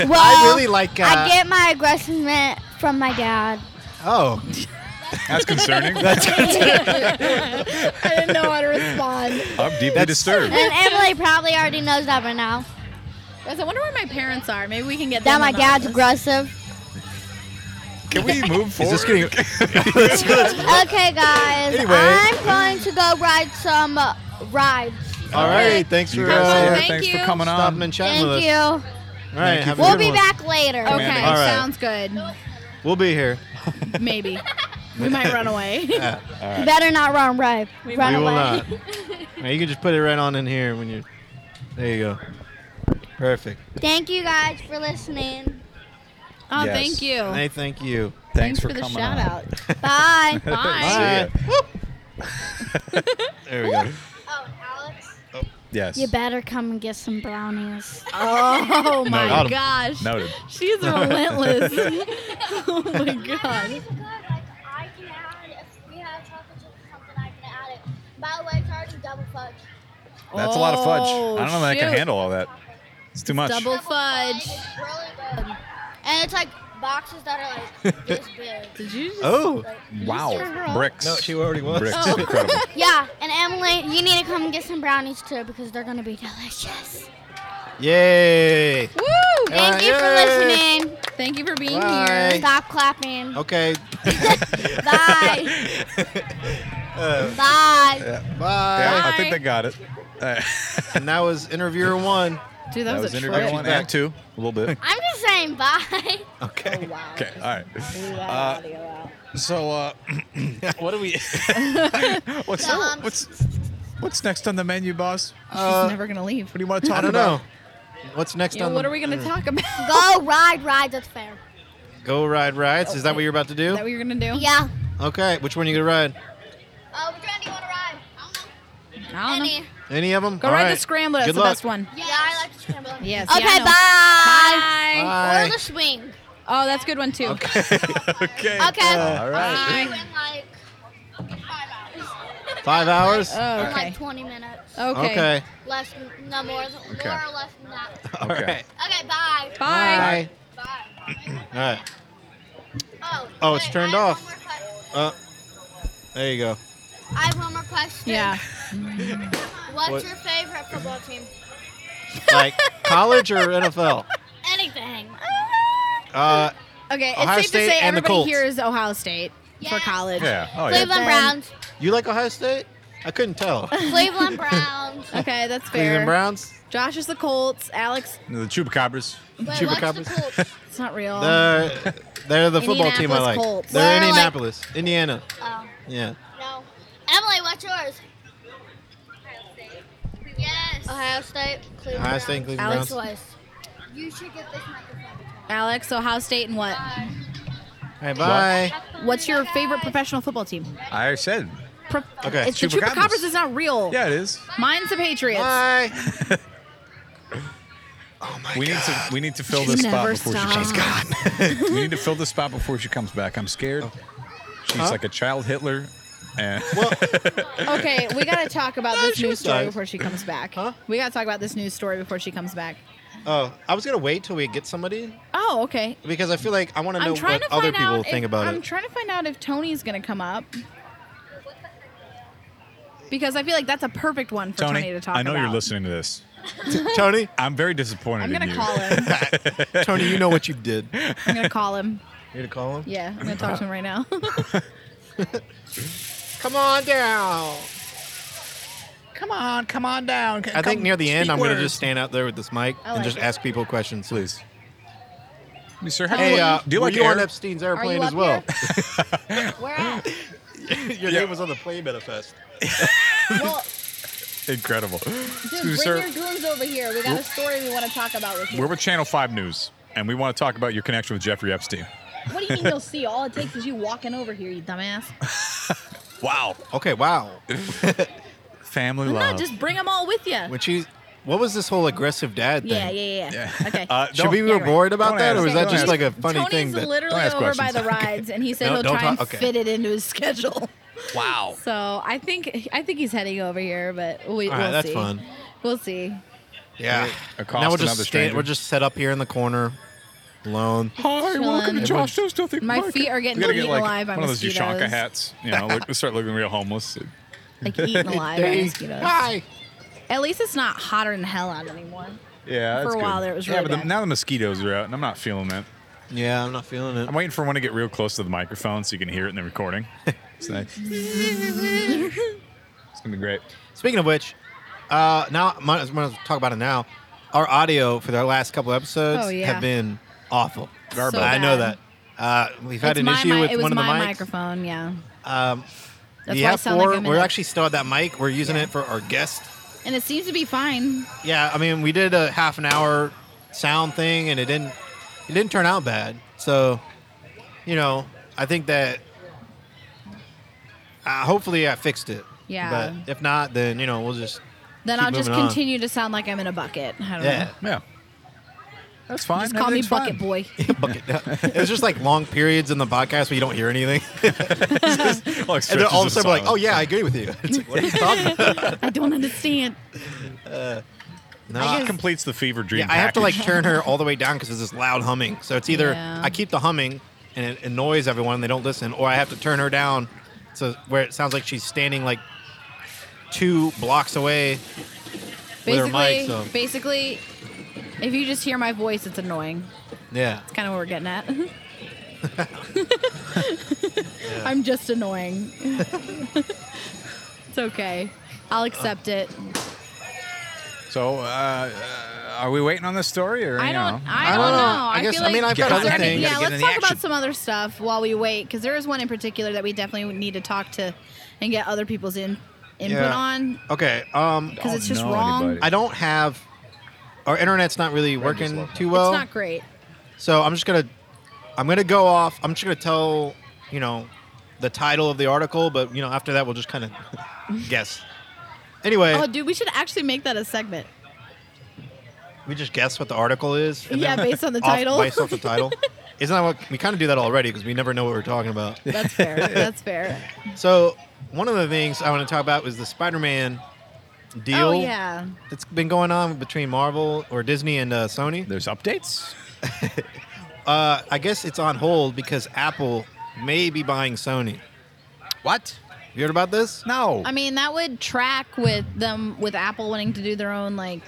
S4: well,
S1: I really like. Uh,
S4: I get my aggressiveness from my dad.
S1: oh,
S3: That's concerning. That's
S2: I didn't know how to respond.
S3: I'm deeply disturbed.
S4: And Emily probably already knows that by now.
S2: Guys, I wonder where my parents are. Maybe we can get
S4: That
S2: them
S4: my
S2: in on
S4: dad's
S2: this.
S4: aggressive.
S3: Can we move
S1: is
S3: forward?
S1: this getting?
S3: *laughs*
S4: Okay, guys.
S1: Anyway.
S4: I'm going to go ride some uh, rides.
S1: All right. Thanks
S3: You
S1: for
S3: guys,
S1: uh,
S3: yeah,
S2: thank
S3: thanks
S2: you.
S3: for coming
S1: stopping
S3: on.
S1: and chatting
S4: Thank
S1: with us.
S4: you.
S1: All right.
S3: Thank you
S1: have a
S3: for
S4: We'll
S1: good
S4: be
S1: one.
S4: back later.
S2: Okay,
S3: Amanda.
S1: All right.
S2: sounds good.
S1: We'll be here.
S2: Maybe. *laughs* We might run away.
S4: You better not run away. Run
S1: we will
S4: away.
S1: not.
S2: *laughs*
S1: Now, you can just put it right on in here when you. There you go. Perfect.
S4: Thank you guys for listening.
S2: *laughs* Oh,
S3: Yes.
S2: thank you.
S1: Hey, thank you.
S3: Thanks,
S2: for, the
S3: coming
S2: shout
S3: on.
S2: out.
S1: *laughs*
S2: *laughs*
S4: Bye.
S2: Bye.
S1: See ya.
S2: *laughs*
S1: There we go.
S4: oh, Alex.
S3: Yes.
S4: You better come and get some brownies.
S3: *laughs*
S2: Oh my
S3: Noted.
S2: gosh. *laughs*
S3: Noted.
S2: She's relentless.
S1: *laughs*
S2: oh my god.
S4: By the way, it's already double fudge.
S3: That's a lot of fudge. I don't know that I can
S2: Oh, shoot.
S3: handle all that. It's too much.
S2: Double fudge.
S4: It's really good. And it's like boxes that are
S1: *laughs*
S4: like this big.
S2: Did you just
S1: Oh.
S3: Wow. Bricks.
S1: No, she already was.
S3: Bricks.
S2: Oh. *laughs*
S3: Incredible.
S4: Yeah, and Emily, you need to come and get some brownies too because they're gonna be delicious.
S1: Yay.
S2: Woo!
S4: Thank you for
S1: Yay.
S4: listening.
S2: Thank you for being
S1: Bye.
S2: here.
S4: Stop clapping.
S1: *laughs* Okay.
S4: Bye.
S1: Uh,
S4: Bye.
S3: Yeah,
S1: bye.
S3: I think they
S2: *laughs*
S3: got it. Uh,
S1: And that was interviewer one.
S2: Dude,
S3: that
S2: that,
S3: was
S2: a
S3: interview
S2: trip.
S3: one and two. A
S2: *laughs*
S3: little bit.
S4: I'm just saying bye. *laughs*
S2: Oh,
S1: Okay.
S3: Okay. All right. Uh, so,
S2: *laughs*
S3: uh, *laughs* what do we? *laughs* what's
S4: Um,
S3: what's what's next on the menu, boss?
S2: She's
S1: Uh,
S2: never gonna leave.
S3: What do you want to talk
S1: I don't know.
S3: about?
S1: What's next
S2: Yeah,
S1: on
S2: what
S1: the
S2: are we gonna talk about?
S4: Go ride rides at the fair.
S1: Go ride rides. Is that what you're about to
S2: Is
S1: do?
S2: that what you're gonna do?
S4: Yeah.
S1: Okay. Which one you gonna ride?
S4: Oh, which one do you want to ride? I don't know.
S2: I don't know.
S1: Any of them?
S2: Go ride the scrambler. That's
S1: Good
S2: the
S1: luck.
S2: best one.
S4: *laughs* Yeah, I like the scramble.
S2: Yes.
S4: Okay,
S2: yeah, I know.
S4: bye.
S2: Bye.
S1: Bye.
S4: Or the swing.
S2: Oh, that's a good one too.
S1: Okay. *laughs*
S3: *laughs*
S1: okay.
S4: Okay.
S3: All right.
S4: in like five hours.
S1: Five hours.
S2: Oh,
S4: In
S2: okay.
S4: like 20 minutes.
S2: Okay.
S1: okay.
S4: Less, than- no more, than-
S3: Okay.
S4: more or less than
S1: *laughs*
S4: that.
S1: All
S3: Okay.
S1: right.
S4: Okay, bye.
S2: Bye.
S4: Bye.
S1: All right.
S4: Oh,
S1: Oh, it's
S4: wait,
S1: turned
S4: I have
S1: off.
S4: one more que-
S1: Uh, there you go.
S4: I have one more question.
S2: Yeah.
S4: What's
S1: What?
S4: your favorite football team?
S1: Like college or NFL?
S4: Anything.
S1: Uh,
S2: Okay.
S1: Ohio
S2: it's safe
S1: State
S2: to say
S1: and the
S2: everybody
S1: Colts.
S2: here is Ohio State for
S4: Yeah.
S2: college.
S3: Yeah. Oh yeah.
S4: Cleveland
S2: Then-
S4: Browns.
S1: you like Ohio State? I couldn't tell. *laughs*
S4: Cleveland Browns.
S2: Okay, that's fair.
S1: Cleveland Browns.
S2: Josh is the Colts. Alex,
S3: The chupacabras.
S4: Wait, what's
S1: Chupacabras.
S4: the Colts?
S2: it's not real.
S1: They're, they're the football team I
S2: Indianapolis
S1: like.
S2: Colts.
S1: They're
S4: Well, like-
S1: Indianapolis, Indiana.
S4: Oh,
S1: Yeah.
S4: no. Emily, what's yours?
S5: Yes.
S4: Ohio State, Cleveland
S1: Ohio State and
S4: Browns.
S1: Cleveland
S2: Alex
S1: Browns.
S4: Choice. You should get this microphone.
S2: Alex, Ohio State, and what?
S1: All right, bye.
S2: What's your favorite professional football team?
S3: I said.
S2: Pro-
S1: *laughs* Okay.
S2: It's the
S3: Chupacabras.
S2: Chupacabras is not real.
S3: Yeah, it is.
S2: Mine's the Patriots.
S1: Bye.
S3: we need to we need to fill
S2: She
S3: this spot
S2: never
S3: before
S2: stops.
S3: she comes back. we need to fill this spot before she comes back. I'm scared. She's
S1: Oh. Huh?
S3: like a child Hitler. And
S1: Well,
S2: *laughs* okay, we gotta
S1: *laughs*
S2: talk about this
S1: She
S2: news story
S1: sucks.
S2: before she comes back.
S1: Huh?
S2: We gotta talk about this news story before she comes back.
S1: oh, I was gonna wait till we get somebody
S2: Oh, okay.
S1: because I feel like I want to know
S2: I'm trying
S1: what
S2: to find
S1: other people
S2: out
S1: think
S2: if,
S1: about
S2: I'm
S1: it.
S2: trying to find out if Tony's gonna come up. Because I feel like that's a perfect one for Tony,
S3: Tony,
S2: to talk
S3: I know you're
S2: about.
S3: listening to this.
S1: *laughs* Tony,
S3: I'm very disappointed
S2: I'm
S3: in
S2: gonna
S3: you.
S2: call him.
S3: *laughs*
S1: Tony, you know what you did. You
S2: I'm gonna call him.
S1: gonna call him?
S2: Yeah, I'm gonna talk to him right now.
S1: Come on down.
S3: Come on, come on down.
S1: I think near the end, I'm gonna just stand out there with this mic
S2: I
S1: and
S2: like
S1: just
S2: it.
S1: ask people questions, please.
S3: Sir, how do
S1: Hey,
S3: you,
S1: uh,
S3: do you
S1: were
S3: like
S1: you on
S3: air?
S1: Epstein's airplane
S2: you
S1: as
S2: up
S1: well?
S2: *laughs* Where at?
S1: *laughs* Your
S3: Yeah.
S1: name was on the plane manifest.
S2: Well, *gasps*
S3: Incredible.
S2: dude,
S3: Excuse me,
S2: *laughs* bring
S3: sir.
S2: your goons over here. We got a story we want to talk about with you.
S3: We're with Channel 5 News, and we want to talk about your connection with Jeffrey Epstein.
S2: What do you mean you'll see? All it takes is you walking over here, you dumbass.
S3: Wow.
S1: Okay, wow.
S3: Family
S2: No,
S3: love.
S2: just bring them all with you.
S1: When she, what was this whole aggressive dad thing?
S2: Yeah, yeah, yeah, yeah. *laughs*
S3: Yeah.
S2: Okay.
S3: Uh,
S1: Should we be
S2: Yeah, right.
S1: worried about
S3: Don't
S1: that, or
S3: ask-
S1: was that
S3: don't
S1: just
S3: ask-
S1: like a funny
S2: Tony's
S1: thing? That,
S2: literally
S3: ask
S2: over by
S3: questions.
S2: the
S1: *laughs*
S2: rides, and he said
S1: No,
S2: he'll
S1: don't
S2: try
S1: talk-
S2: and
S1: okay.
S2: fit it into his
S1: *laughs*
S2: schedule.
S3: wow.
S2: So I think I think he's heading over here, but we,
S1: All right,
S2: we'll
S1: that's
S2: see.
S1: fun.
S2: We'll see.
S1: yeah.
S3: Accost
S1: Now we'll
S3: another
S1: just stand,
S3: stranger.
S1: we're just set up here in the corner, alone.
S3: Hi, welcome to
S2: Chillin'.
S3: Josh Does Nothing.
S2: My
S3: Podcast.
S2: feet are getting
S3: We gotta get
S2: eaten
S3: like
S2: alive by
S3: one of those Ushanka
S2: mosquitoes.
S3: hats. You know, look, start looking
S2: *laughs*
S3: real homeless.
S2: Like
S1: *laughs*
S2: eaten alive by
S1: Hey,
S2: mosquitoes.
S1: Hi.
S2: At least it's not hotter than hell out anymore.
S3: Yeah,
S2: For
S3: that's
S2: a while
S3: good.
S2: there, it was
S3: yeah,
S2: really
S3: but the,
S2: bad.
S3: now the mosquitoes are out, and I'm not feeling that.
S1: Yeah, I'm not feeling it.
S3: I'm waiting for one to get real close to the microphone so you can hear it in
S2: *laughs*
S3: the recording. it's, nice. it's gonna be great.
S1: Speaking of which, uh, now might as well talk about it now. Our audio for the last couple episodes
S2: Oh, yeah.
S1: have been awful.
S2: Garbage.
S1: I know
S2: bad.
S1: that. Uh, we've had
S2: It's
S1: an
S2: my
S1: issue
S2: mi-
S1: with
S2: it was
S1: one of the
S2: my
S1: mics.
S2: microphone. Yeah.
S1: Um,
S2: That's
S1: the
S2: why I
S1: F4,
S2: sound like I'm in
S1: we're
S2: a-
S1: actually still at that mic. We're using it for our guest.
S2: And it seems to be fine.
S1: Yeah, I mean, we did a half an hour sound thing, and it didn't it didn't turn out bad. So, you know, I think that uh, hopefully I fixed it.
S2: Yeah.
S1: But if not, then you know we'll just
S2: Then
S1: Keep
S2: I'll just
S1: moving on.
S2: continue to sound like I'm in a bucket. I don't
S1: yeah.
S2: know.
S3: Yeah, that's fine.
S2: Just call me Bucket
S3: Everything's fine.
S1: *laughs*
S2: Boy.
S1: it *laughs* was just like long periods in the podcast where you don't hear *laughs* anything,
S3: Like
S1: and then all of a
S3: stretches
S1: sudden we're like,
S3: silence.
S1: "Oh yeah, I agree with you." *laughs* It's like, what are you talking about?
S2: *laughs* I don't understand.
S1: No,
S3: She
S1: I-
S3: completes the fever dream.
S1: yeah, I have to like
S3: package.
S1: turn her all the way down because there's this loud humming. So it's either
S2: Yeah.
S1: I keep the humming and it annoys everyone and they don't listen, or I have to turn her down so where it sounds like she's standing like two blocks away. With her
S2: Basically,
S1: mic, so-
S2: basically, if you just hear my voice, it's annoying.
S1: Yeah.
S2: It's kind of what we're
S1: *laughs*
S2: getting at. I'm just annoying. *laughs* it's okay. I'll accept it.
S3: So, uh, uh, are we waiting on this story, or
S2: I
S3: you
S2: don't.
S3: know?
S2: I,
S1: I
S2: don't know.
S1: I guess-
S2: feel
S1: I
S2: like
S1: mean, I've got
S2: is
S1: other
S2: there any-
S1: things.
S2: Yeah,
S3: Gotta get
S2: let's
S3: in
S2: talk
S3: the
S2: about
S3: action.
S2: some other stuff while we wait, because there is one in particular that we definitely need to talk to and get other people's in input
S1: Yeah.
S2: on.
S1: Okay. Um,
S2: Because it's
S3: Don't
S2: just
S3: know
S2: wrong.
S3: anybody.
S1: I don't have our internet's not really
S3: just
S1: working
S3: love that.
S1: too well.
S2: it's not great.
S1: So I'm just gonna I'm gonna go off. I'm just gonna tell you know the title of the article, but you know after that we'll just kind of *laughs* guess. Anyway,
S2: Oh, dude, we should actually make that a segment.
S1: we just guess what the article is.
S2: Yeah,
S1: then
S2: based on the
S1: off- *laughs*
S2: title. *laughs*
S1: Based off the title. Isn't that what we kind of do that already because we never know what we're talking about? *laughs*
S2: That's fair. That's fair.
S1: So one of the things I want to talk about was the Spider-Man deal
S2: Oh yeah.
S1: that's been going on between Marvel or Disney and uh, Sony.
S3: There's updates.
S1: Uh, I guess it's on hold because Apple may be buying Sony.
S3: What?
S1: You heard about this?
S3: No.
S2: I mean, that would track with them with Apple wanting to do their own like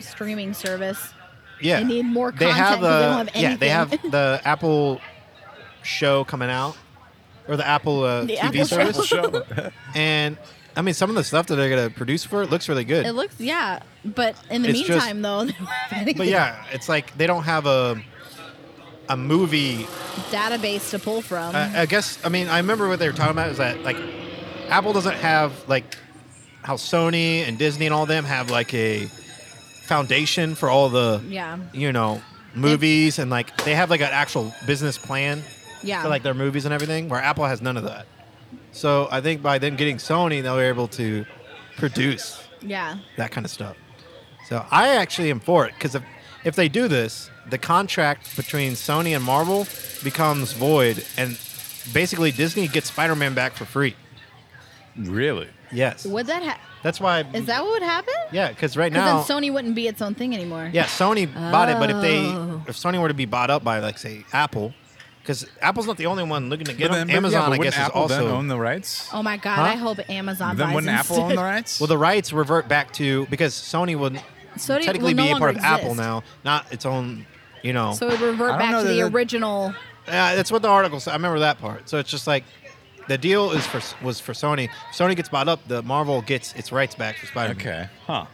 S2: streaming service.
S1: Yeah,
S2: They need more
S1: They have
S2: content 'cause they
S1: the
S2: don't have
S1: yeah they have
S2: anything. *laughs*
S1: the Apple show coming out or the Apple uh,
S2: The
S1: TV
S2: Apple show. *laughs*
S1: service, and I mean some of the stuff that they're gonna produce for it looks really good.
S2: It looks yeah, but in the
S1: It's just-
S2: meantime though, *laughs* they don't have anything-
S1: but yeah, it's like they don't have a a movie
S2: database to pull from.
S1: I, I guess I mean I remember what they were talking about is that like Apple doesn't have like how Sony and Disney and all them have like a foundation for all the
S2: yeah,
S1: you know movies and like they have like an actual business plan
S2: yeah.
S1: for like their movies and everything where Apple has none of that. So I think by them getting Sony, they'll be able to produce
S2: yeah.
S1: that kind of stuff. So I actually am for it because if, if they do this, the contract between Sony and Marvel becomes void, and basically Disney gets Spider Man back for free.
S3: really?
S1: Yes,
S2: Would that ha-
S1: that's why.
S2: is that what would happen?
S1: Yeah, because right now,
S2: Because then Sony wouldn't be its own thing anymore.
S1: yeah, Sony bought it, but if they
S2: Oh.
S1: if Sony were to be bought up by like say Apple, because Apple's not the only one looking to get
S3: But
S1: them.
S3: then- but yeah,
S1: Amazon,
S3: but
S1: I guess,
S3: wouldn't Apple
S1: is
S3: then
S1: also
S3: own the rights.
S2: Oh my God!
S1: Huh?
S2: I hope Amazon
S3: then
S2: buys
S3: wouldn't Apple own
S2: instead.
S3: the rights?
S1: well the rights revert back to because Sony would
S2: Sony will
S1: technically
S2: no
S1: be a part of
S2: longer
S1: Apple
S2: exist.
S1: now, not its own. You know,
S2: So it would
S3: I
S2: revert
S3: don't
S2: back
S3: know
S2: to
S3: that
S2: the
S3: that-
S2: original.
S1: Yeah, that's what the article said. I remember that part. So it's just like the deal is for was for Sony. If Sony gets bought up, the Marvel gets its rights back for Spider-Man.
S3: okay. Huh.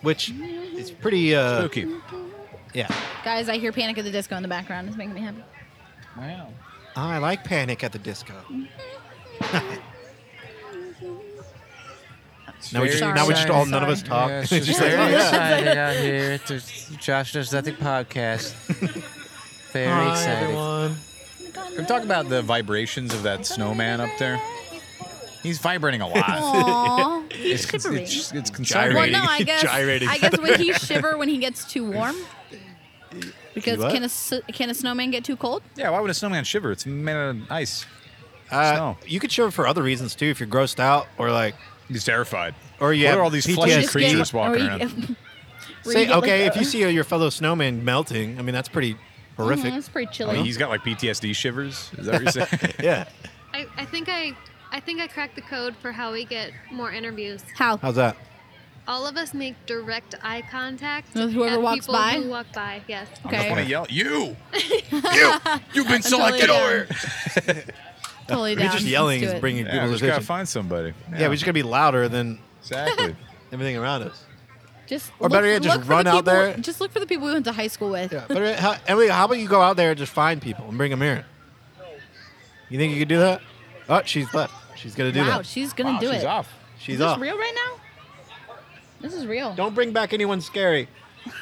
S1: Which is pretty uh
S3: Spooky.
S1: yeah.
S2: Guys, I hear Panic at the Disco in the background. It's making
S1: *laughs*
S2: me happy.
S3: Wow.
S1: I like Panic at the Disco. Now we just
S2: Very
S1: now we just all none of us
S2: exciting.
S1: talk. It's just like, oh,
S2: very
S1: yeah.
S6: excited out here at the Josh Does Nothing
S1: *laughs*
S6: podcast. Very
S1: Hi,
S6: excited.
S1: everyone.
S3: Can we talk about the vibrations of that snowman up there? He's vibrating a lot.
S2: Aww,
S3: it's,
S2: he's
S3: it's,
S2: shivering.
S3: it's, it's
S2: Well,
S3: concerning.
S2: no, I guess
S1: Gyrating.
S2: I guess would
S3: *laughs*
S2: he shiver when he gets too warm? Because
S1: What?
S2: can a s- can a snowman get too cold?
S3: Yeah, why would a snowman shiver? It's made out of ice.
S1: Uh,
S3: Snow.
S1: You could show it for other reasons too if you're grossed out or like
S3: He's terrified.
S1: or you
S3: What
S1: have
S3: are all these
S1: PTSD.
S3: fleshy
S2: Just get-
S3: creatures walking
S2: or you
S3: around.
S2: get-
S1: *laughs*
S2: where you
S1: Say
S2: get, like,
S1: okay,
S2: a-
S1: if
S2: *laughs*
S1: you see your fellow snowman melting, I mean that's pretty
S2: Mhm,
S1: horrific.
S2: that's pretty
S3: I
S2: chilly.
S3: mean, he's got like PTSD shivers. Is that
S2: *laughs*
S3: what you're saying?
S1: Yeah.
S5: I, I think I I think I cracked the code for how we get more interviews.
S2: How?
S1: How's that?
S5: All of us make direct eye contact
S2: With whoever
S5: at
S2: walks
S5: people
S2: by?
S5: Who walk by? Yes.
S3: I just
S2: Okay,
S3: want to yell,
S2: *laughs*
S3: you, you, you've been
S2: totally
S3: selected
S2: down.
S3: over.
S2: totally down.
S1: We're just
S2: Let's
S1: yelling
S2: do
S1: is
S2: it.
S1: bringing
S3: Yeah,
S1: people's
S3: we just gotta
S1: attention.
S3: find somebody.
S1: Yeah, we just gotta be louder than
S3: *laughs* exactly.
S1: everything around us.
S2: Just
S1: Or better yet,
S2: look-
S1: just
S2: look for the
S1: run out
S2: people-
S1: there.
S2: Just look for the people we went to high school with.
S1: Yeah, but uh, how, Emily, how about you go out there and just find people and bring them here? You think you could do that? Oh, she's left. She's gonna do
S2: wow,
S1: that.
S2: she's gonna
S3: Wow,
S2: do
S3: she's
S2: it.
S3: off.
S1: She's
S2: Is this
S1: off.
S2: real right now? This is real.
S1: Don't bring back anyone scary.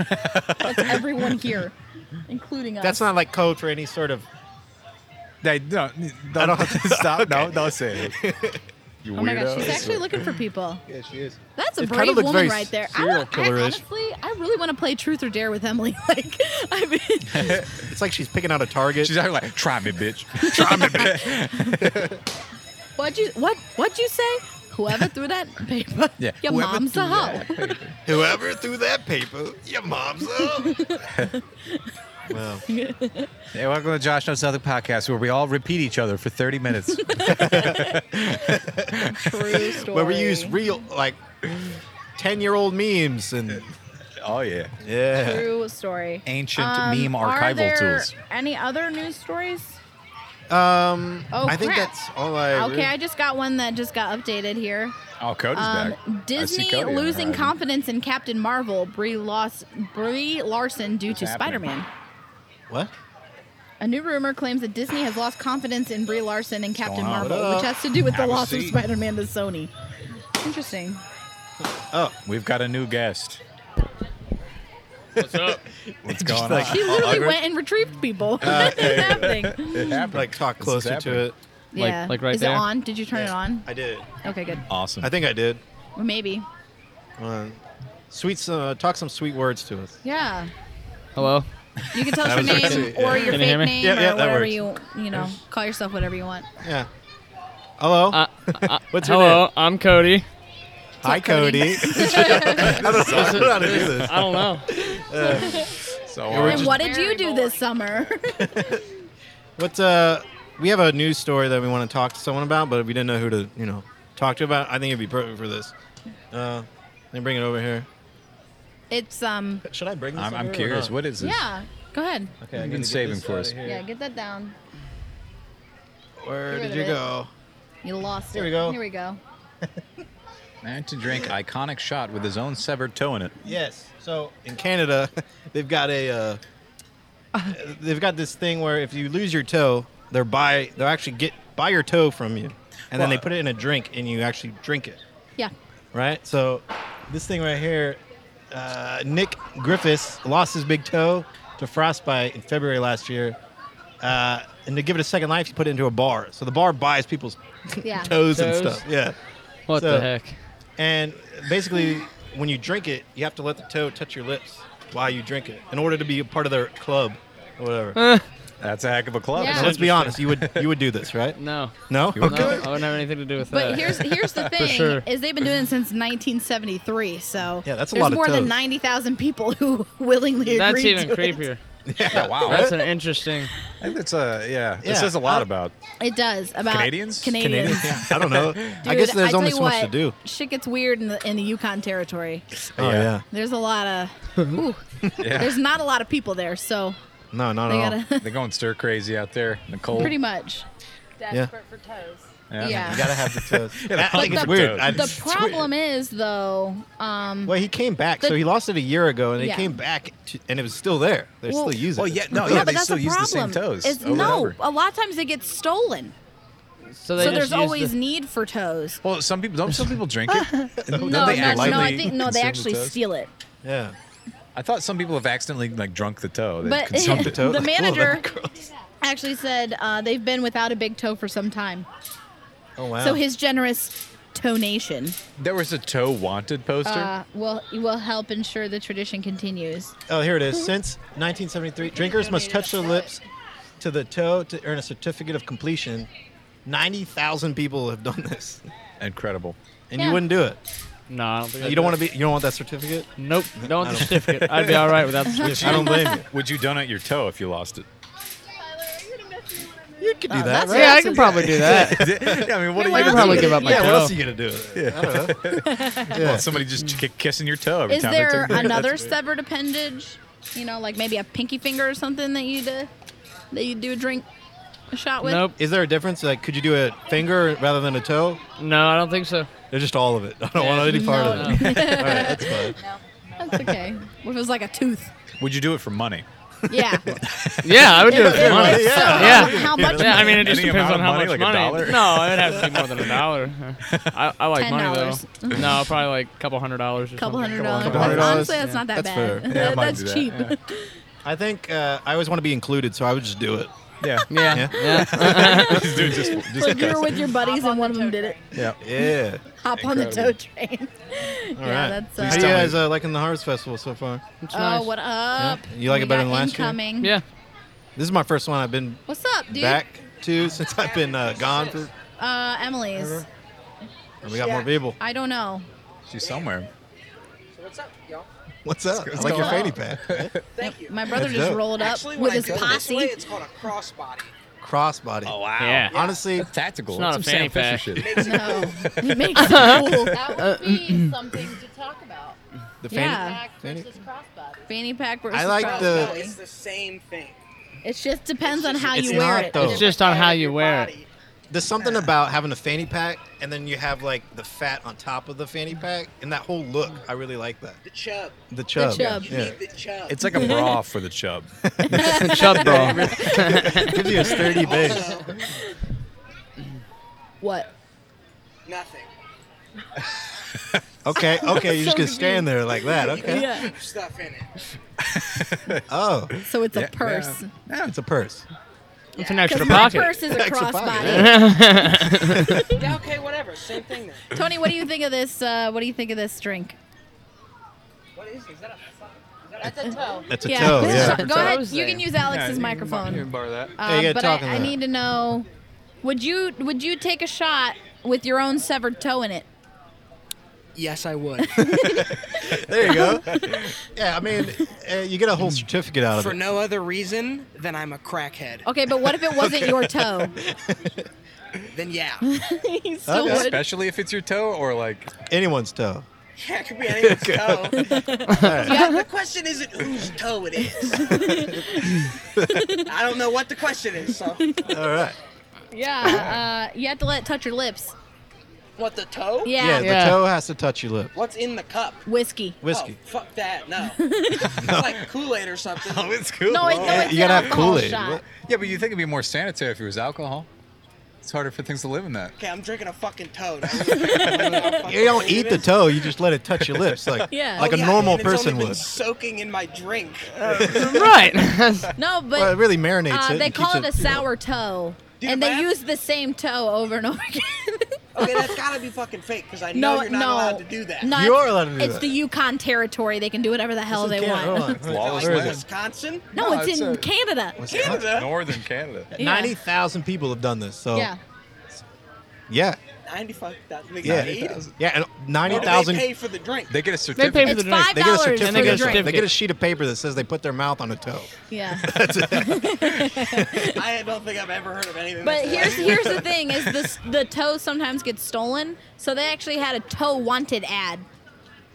S2: That's everyone here, including us.
S1: That's not like code for any sort of.
S3: They, no, n- don't, *laughs* stop. No, don't say it. You
S2: Oh my gosh, she's actually looking for people.
S1: Yeah, she is.
S2: That's a
S1: It kinda
S2: brave
S1: looks
S2: woman
S1: very
S2: right there. I,
S1: serial
S2: don't- I
S1: killer-ish.
S2: honestly, I really want to play Truth or Dare with Emily. *laughs* Like,
S1: *laughs*
S2: I mean,
S1: It's like she's picking out a target.
S3: She's actually like, try me, *laughs* bitch. Try me, bitch.
S2: what you what what you say? Whoever threw that *laughs* paper,
S3: Yeah,
S2: your
S3: whoever
S2: mom's a
S3: threw
S2: hoe.
S1: Whoever threw that paper, your mom's *laughs* up. well,
S3: Hey, welcome to Josh Knows Nothing podcast, where we all repeat each other for 30 minutes.
S2: *laughs* True story.
S1: where we use real like ten-year-old memes and
S3: *laughs* oh yeah,
S1: yeah.
S2: True story.
S3: ancient
S2: Um,
S3: meme
S2: are
S3: archival
S2: there
S3: tools.
S2: Any other news stories?
S1: Um,
S2: Oh,
S1: I think
S2: crap.
S1: that's all I.
S2: Okay, I just got one that just got updated here.
S3: Oh, Cody's
S2: Um, Disney
S3: Cody on the
S2: losing
S3: horizon.
S2: confidence in Captain Marvel, Brie, Los- Brie Larson, due to
S3: happening?
S2: Spider-Man.
S1: What?
S2: A new rumor claims that Disney has lost confidence in Brie Larson and Captain
S3: going on?
S2: Marvel,
S1: What
S2: which
S1: up?
S2: has to do with the
S3: Have a
S2: loss of
S3: seat.
S2: Spider-Man to Sony. Interesting.
S1: Oh,
S3: We've got a new guest.
S7: What's up?
S3: *laughs* What's going
S1: like-
S3: on?
S2: She literally
S1: Augur-
S2: went and retrieved people. *laughs* What is happening?
S3: It happened.
S1: like talk
S3: This is
S1: closer
S3: happening.
S1: to it.
S2: yeah.
S7: like right
S2: Is it
S7: there?
S2: on? Did you turn it on?
S1: I did.
S2: Okay, good.
S3: Awesome.
S1: I think I did.
S2: Well, maybe.
S1: Uh, sweet, uh, talk some sweet words to us.
S2: Yeah.
S7: Hello.
S2: You can tell us
S1: That
S2: your
S1: was pretty
S2: name
S1: sweet,
S2: or
S1: yeah.
S2: your
S7: Can you
S2: fake
S7: hear me?
S2: name
S1: Yeah,
S2: or
S1: yeah, that
S2: whatever
S1: works.
S2: you you know call yourself whatever you want.
S1: Yeah. Hello. *laughs*
S7: Uh, uh,
S1: What's your
S7: hello,
S1: name?
S7: I'm Cody.
S1: Hi, Cody. *laughs*
S2: *laughs*
S1: I don't know how to do this.
S7: I don't know.
S3: So
S1: Yeah, we're
S3: uh,
S2: And
S1: just-
S2: what did
S5: Very
S2: you do this summer?
S1: What's uh? We have a news story that we want to talk to someone about, but we didn't know who to, you know, talk to about. I think it'd be perfect for this. Uh, let me bring it over here.
S2: it's um
S1: Should I bring this?
S3: I'm, I'm curious. What is this?
S2: yeah. Go ahead.
S1: Okay,
S3: You've been saving for us.
S2: Yeah, get that down.
S1: Where
S2: Get rid
S1: did you
S2: of it.
S1: go?
S2: You lost
S1: Here
S2: it.
S1: we go.
S2: Here we go.
S3: Man to drink iconic shot with his own severed toe in it.
S1: Yes. So in Canada, *laughs* they've got a uh, they've got this thing where if you lose your toe, they're buy they'll actually get buy your toe from you, and then they
S3: Well,
S1: put it in a drink and you actually drink it.
S2: Yeah.
S1: Right. So this thing right here, uh, Nick Griffiths lost his big toe to frostbite in February last year. Uh, and to give it a second life, he put it into a bar. So the bar buys people's
S2: Yeah.
S1: toes, and
S7: Toes.
S1: stuff. Yeah.
S7: What
S1: So-
S7: the heck?
S1: And basically, when you drink it, you have to let the toe touch your lips while you drink it in order to be a part of their club or
S2: *laughs*
S1: whatever.
S7: Eh,
S3: That's a heck of a club.
S5: Yeah.
S1: Now, let's be honest. You would you would do this, right?
S7: no.
S1: No.
S7: No, I wouldn't have anything to do with
S1: uh,
S7: that.
S2: But here's
S1: *laughs*
S2: here's the thing:
S7: sure.
S2: is they've been doing it since 1973. So
S1: Yeah, that's a
S2: there's
S1: lot of
S2: more than
S1: toes.
S2: 90,000 people who *laughs* willingly
S7: That's
S2: agree
S7: even
S2: to it.
S7: creepier.
S3: Yeah, wow.
S7: That's an interesting.
S3: I think that's a yeah.
S1: Yeah.
S3: This says a lot
S1: Uh,
S3: about.
S2: It does about
S3: Canadians?
S2: Canadians.
S1: Canadian? Yeah, I don't know. I
S2: Dude,
S1: guess there's
S2: tell
S1: only
S2: you
S1: so much
S2: what,
S1: to do.
S2: Shit gets weird in the in the Yukon territory.
S1: Oh
S3: Yeah.
S1: yeah.
S2: There's a lot of ooh,
S3: *laughs* Yeah.
S2: *laughs*
S3: Oh.
S2: there's not a lot of people there, so
S1: No, not
S2: they
S1: at *laughs* all.
S2: gotta *laughs*
S3: They're going stir crazy out there, Nicole.
S2: pretty much.
S1: Desperate
S5: for toes.
S2: yeah.
S1: You gotta have *laughs* the toes.
S3: the
S1: I think
S2: But
S1: it's
S2: the-
S1: weird. I-
S2: The problem is though, um,
S1: Well, he came back,
S2: The-
S1: so he lost it a year ago, and he
S2: Yeah.
S1: came back, to, and it was still there. They're
S2: Well-
S1: still using.
S3: Well,
S1: it.
S3: yeah, no,
S2: yeah,
S3: yeah,
S2: but
S3: they
S2: that's
S3: still
S2: the
S3: use the
S2: problem.
S3: same toes.
S2: It's,
S3: over and
S2: no,
S3: over.
S2: a lot of times they get stolen,
S7: So, they
S2: so
S7: just
S2: there's
S7: use
S2: always
S7: the-
S2: need for toes.
S3: Well, some people don't. Some people drink
S2: *laughs*
S3: it.
S2: No,
S3: Don't
S2: no,
S3: Oh, they
S2: no,
S3: actually
S2: I think no, they
S3: consume the
S2: actually
S3: toes?
S2: steal it.
S1: Yeah.
S3: I thought some people have accidentally like drunk the toe. They
S2: But
S3: consumed
S2: *laughs*
S3: it.
S1: toe?
S2: the
S1: *laughs* Well,
S2: manager *laughs* actually said uh, they've been without a big toe for some time.
S1: Oh wow.
S2: So his generous donation
S3: There was a toe wanted poster.
S2: uh, will will help ensure the tradition continues.
S1: Oh, here it is. Since 1973, drinkers must touch their lips to the toe to earn a certificate of completion. 90,000 people have done this,
S3: Incredible.
S1: and
S2: Yeah.
S1: you wouldn't do it.
S7: No, I don't think
S1: You don't want to be. You don't want that certificate.
S7: to. Nope. Don't want the certificate. I'd be all right without the certificate.
S1: I don't blame you.
S3: *laughs* Would you donate your toe if you
S2: *laughs*
S3: lost it?
S1: You could do
S2: Oh,
S1: that,
S2: that's
S1: right?
S7: *laughs* yeah, I can probably do that.
S2: *laughs*
S3: yeah, I
S2: Yeah,
S3: mean, what do
S2: why
S3: you
S7: I
S2: not?
S7: could
S3: do
S7: probably
S3: with
S7: give
S3: it?
S7: up my
S1: yeah, what
S7: toe.
S1: else are you gonna do? with it? I don't know.
S2: *laughs*
S3: Well, somebody just kick- kissing your toe every
S2: Is
S3: time. they *laughs*
S2: there
S3: take-
S2: another severed appendage? You know, like maybe a pinky finger or something that you do, that you do a drink, a shot with.
S7: Nope.
S1: Is there a difference? Like, could you do a finger rather than a toe?
S7: No, I don't think so.
S1: They're just all of it. I don't want any part
S2: No.
S1: of it. all right, that's fine.
S2: That's
S7: *laughs*
S2: okay. What if it was like a tooth?
S3: Would you do it for money?
S2: Yeah.
S7: Yeah, I would do it for
S2: If
S7: money.
S2: so,
S7: Yeah.
S2: How much?
S7: Yeah, I mean, it just
S3: Any
S7: depends
S3: amount
S7: on
S3: of
S7: how
S3: money,
S7: much
S3: like a
S7: money.
S3: dollar?
S7: No, it'd have to be more than a
S3: *laughs*
S7: dollar. I, I like money though.
S2: $10.
S7: No, probably like a couple hundred dollars. Or
S2: couple
S7: something.
S2: hundred dollars.
S1: Couple hundred dollars?
S2: That's- Honestly, that's
S7: Yeah.
S2: not that
S1: That's
S2: bad.
S1: fair.
S3: Yeah, I might
S2: that's
S3: do
S2: cheap.
S3: that, *laughs* yeah.
S1: I think uh, I always want to be included, so I would just do it.
S3: Yeah.
S7: Yeah. yeah.
S3: *laughs* Just do it just, just
S2: Like you
S3: because.
S2: were with your buddies and one of them did it.
S3: Yeah.
S1: Yeah.
S2: Hop on the tow
S3: Incredible.
S2: train.
S1: All right.
S2: yeah, that's. Uh,
S1: How you
S3: tell me-
S1: guys uh, liking the Harvest Festival so far?
S7: It's
S2: oh,
S7: nice.
S2: what up?
S1: You like it
S2: We
S1: better
S2: got
S1: than last year?
S2: incoming.
S7: Yeah.
S1: This is my first one I've been
S2: What's up, dude?
S1: back to since I've been uh, gone for.
S2: Uh, Emily's.
S1: and we got more people.
S2: I don't know.
S3: She's somewhere.
S1: What's up? I
S3: What's
S1: like your fanny
S2: going on?
S1: pack.
S8: Thank you.
S2: My brother
S1: That's
S2: just
S1: dope.
S2: rolled up
S8: Actually,
S2: with
S8: when I
S2: his
S8: go this
S2: posse.
S8: way, it's called a crossbody.
S1: Crossbody.
S3: Oh, wow.
S7: Yeah.
S1: Honestly,
S3: That's tactical.
S7: It's not
S3: That's
S7: a
S3: some Sam
S7: fanny
S3: Fisher
S8: It
S3: shit.
S2: *laughs*
S8: makes
S2: *laughs*
S8: it
S2: No, it makes it cool.
S9: That would be something to talk about.
S1: the
S2: Yeah.
S1: fanny.
S9: Back
S1: fanny-
S9: versus crossbody.
S2: Fanny pack versus
S1: I like
S2: crossbody.
S1: the-
S8: no, it's the same thing.
S2: It just depends on how
S1: it's
S2: you wear
S1: not,
S2: it.
S1: though.
S7: It's just on how you
S8: Your
S7: wear it.
S8: body.
S1: There's something about having a fanny pack and then you have like the fat on top of the fanny pack and that whole look. I really like that.
S8: The chub.
S1: The chub.
S2: chub.
S8: You
S1: Yeah.
S8: need the
S3: *laughs*
S8: chub.
S3: It's like a bra for the chub.
S7: Chub bra.
S1: It gives you a *laughs* sturdy base.
S8: Also,
S2: What?
S8: nothing.
S1: Okay, okay, you're just gonna stand there like that. Okay.
S2: Yeah.
S8: Keep stuff in it.
S1: Oh,
S2: So it's
S3: Yeah.
S2: a purse.
S1: yeah, it's a purse.
S7: *laughs* It's an extra
S2: Because my
S7: pocket.
S2: purse is a
S1: Extra
S2: crossbody. *laughs*
S1: pocket,
S8: Yeah, okay, whatever. Same thing then.
S2: Tony, what do you think of this? Uh, what do you think of this drink?
S8: What is it? Is that a, is that
S9: That's a toe.
S1: That's a toe. Yeah.
S2: Go ahead. You can use Alex's microphone.
S7: You can borrow that.
S1: Yeah, you
S2: Um,
S1: gotta
S2: but
S1: talk on
S2: I, I
S1: that.
S2: need to know: would you would you take a shot with your own severed toe in it?
S8: Yes, I would.
S1: There you go. *laughs* yeah, I mean, uh, you get a whole certificate out of
S8: For
S1: it.
S8: no other reason than I'm a crackhead.
S2: Okay, but what if it wasn't
S1: *laughs*
S2: your toe? *laughs*
S8: Then yeah.
S2: He still
S1: Okay.
S2: would.
S3: Especially if it's your toe or *laughs* like
S1: Anyone's toe.
S8: Yeah, it could be anyone's toe.
S1: All right.
S8: Yeah, the question isn't whose toe it is. I don't know what the question
S2: *laughs*
S8: is. So,
S1: All right.
S2: Yeah, uh, you have to let it touch your lips.
S8: what the toe?
S2: Yeah,
S1: Yeah,
S7: Yeah.
S1: the toe has to touch your lip.
S8: What's in the cup?
S2: whiskey.
S1: Whiskey.
S8: Oh, fuck
S2: *laughs*
S8: that. No. it's like Kool Aid
S1: *laughs*
S8: or something.
S3: Oh,
S1: Oh,
S3: it's cool.
S2: No, it, no,
S1: Yeah,
S2: it's
S1: you gotta
S2: an
S1: have
S2: alcohol
S1: Kool-Aid.
S2: shot.
S1: What-
S3: yeah, but you think it'd be more sanitary if it was alcohol? It's harder for things to live in *laughs* that.
S8: Okay, I'm drinking a fucking
S2: *laughs*
S8: toad. I don't know what
S1: You don't
S8: fucking
S1: eat
S8: it
S1: the
S8: is.
S1: toe. You just let it touch your lips, like
S2: Yeah.
S1: like
S8: Oh,
S1: a
S8: yeah,
S1: normal
S8: and it's only
S1: person
S8: been
S1: would.
S8: Soaking in my drink.
S7: *laughs* right.
S2: No, but
S1: Well, it really marinates
S2: uh,
S1: it.
S2: they
S1: and
S2: call it a
S1: keeps *laughs*
S2: sour toe,
S8: Dude,
S2: and they
S8: man.
S2: use the same toe over and *laughs* over again.
S8: Okay, that's gotta be fucking fake because I know
S2: no,
S8: you're
S2: no,
S8: not allowed to do that.
S2: No,
S1: You
S2: it's-
S1: are allowed to do
S2: It's
S1: that.
S2: the Yukon territory; they can do whatever the hell
S1: This
S2: they
S1: is Canada.
S8: Oh,
S2: want.
S1: Hold on.
S3: Lawless
S1: Where is
S3: land.
S1: it?
S8: Wisconsin?
S2: *laughs* No,
S3: No,
S2: it's,
S3: it's
S2: in
S3: a-
S2: Canada.
S8: Canada?
S3: Northern Canada.
S2: Yeah.
S1: Ninety thousand people have done this. So
S2: Yeah.
S1: yeah,
S8: 95,000. They
S1: yeah,
S8: gotta eat it.
S1: yeah, and ninety
S8: What do
S1: thousand.
S8: They pay for the drink.
S3: They get a
S7: They
S3: certificate.
S7: pay for
S2: It's
S7: the drink.
S2: five
S1: They get a
S2: dollars
S1: certificate.
S2: for the drink.
S1: They get a sheet of paper that says they put their mouth on a toe. *laughs*
S2: Yeah. *laughs*
S8: I don't think I've ever heard of anything.
S2: But here's
S8: that's
S2: here's the thing: is this the toe sometimes gets stolen? So they actually had a toe wanted ad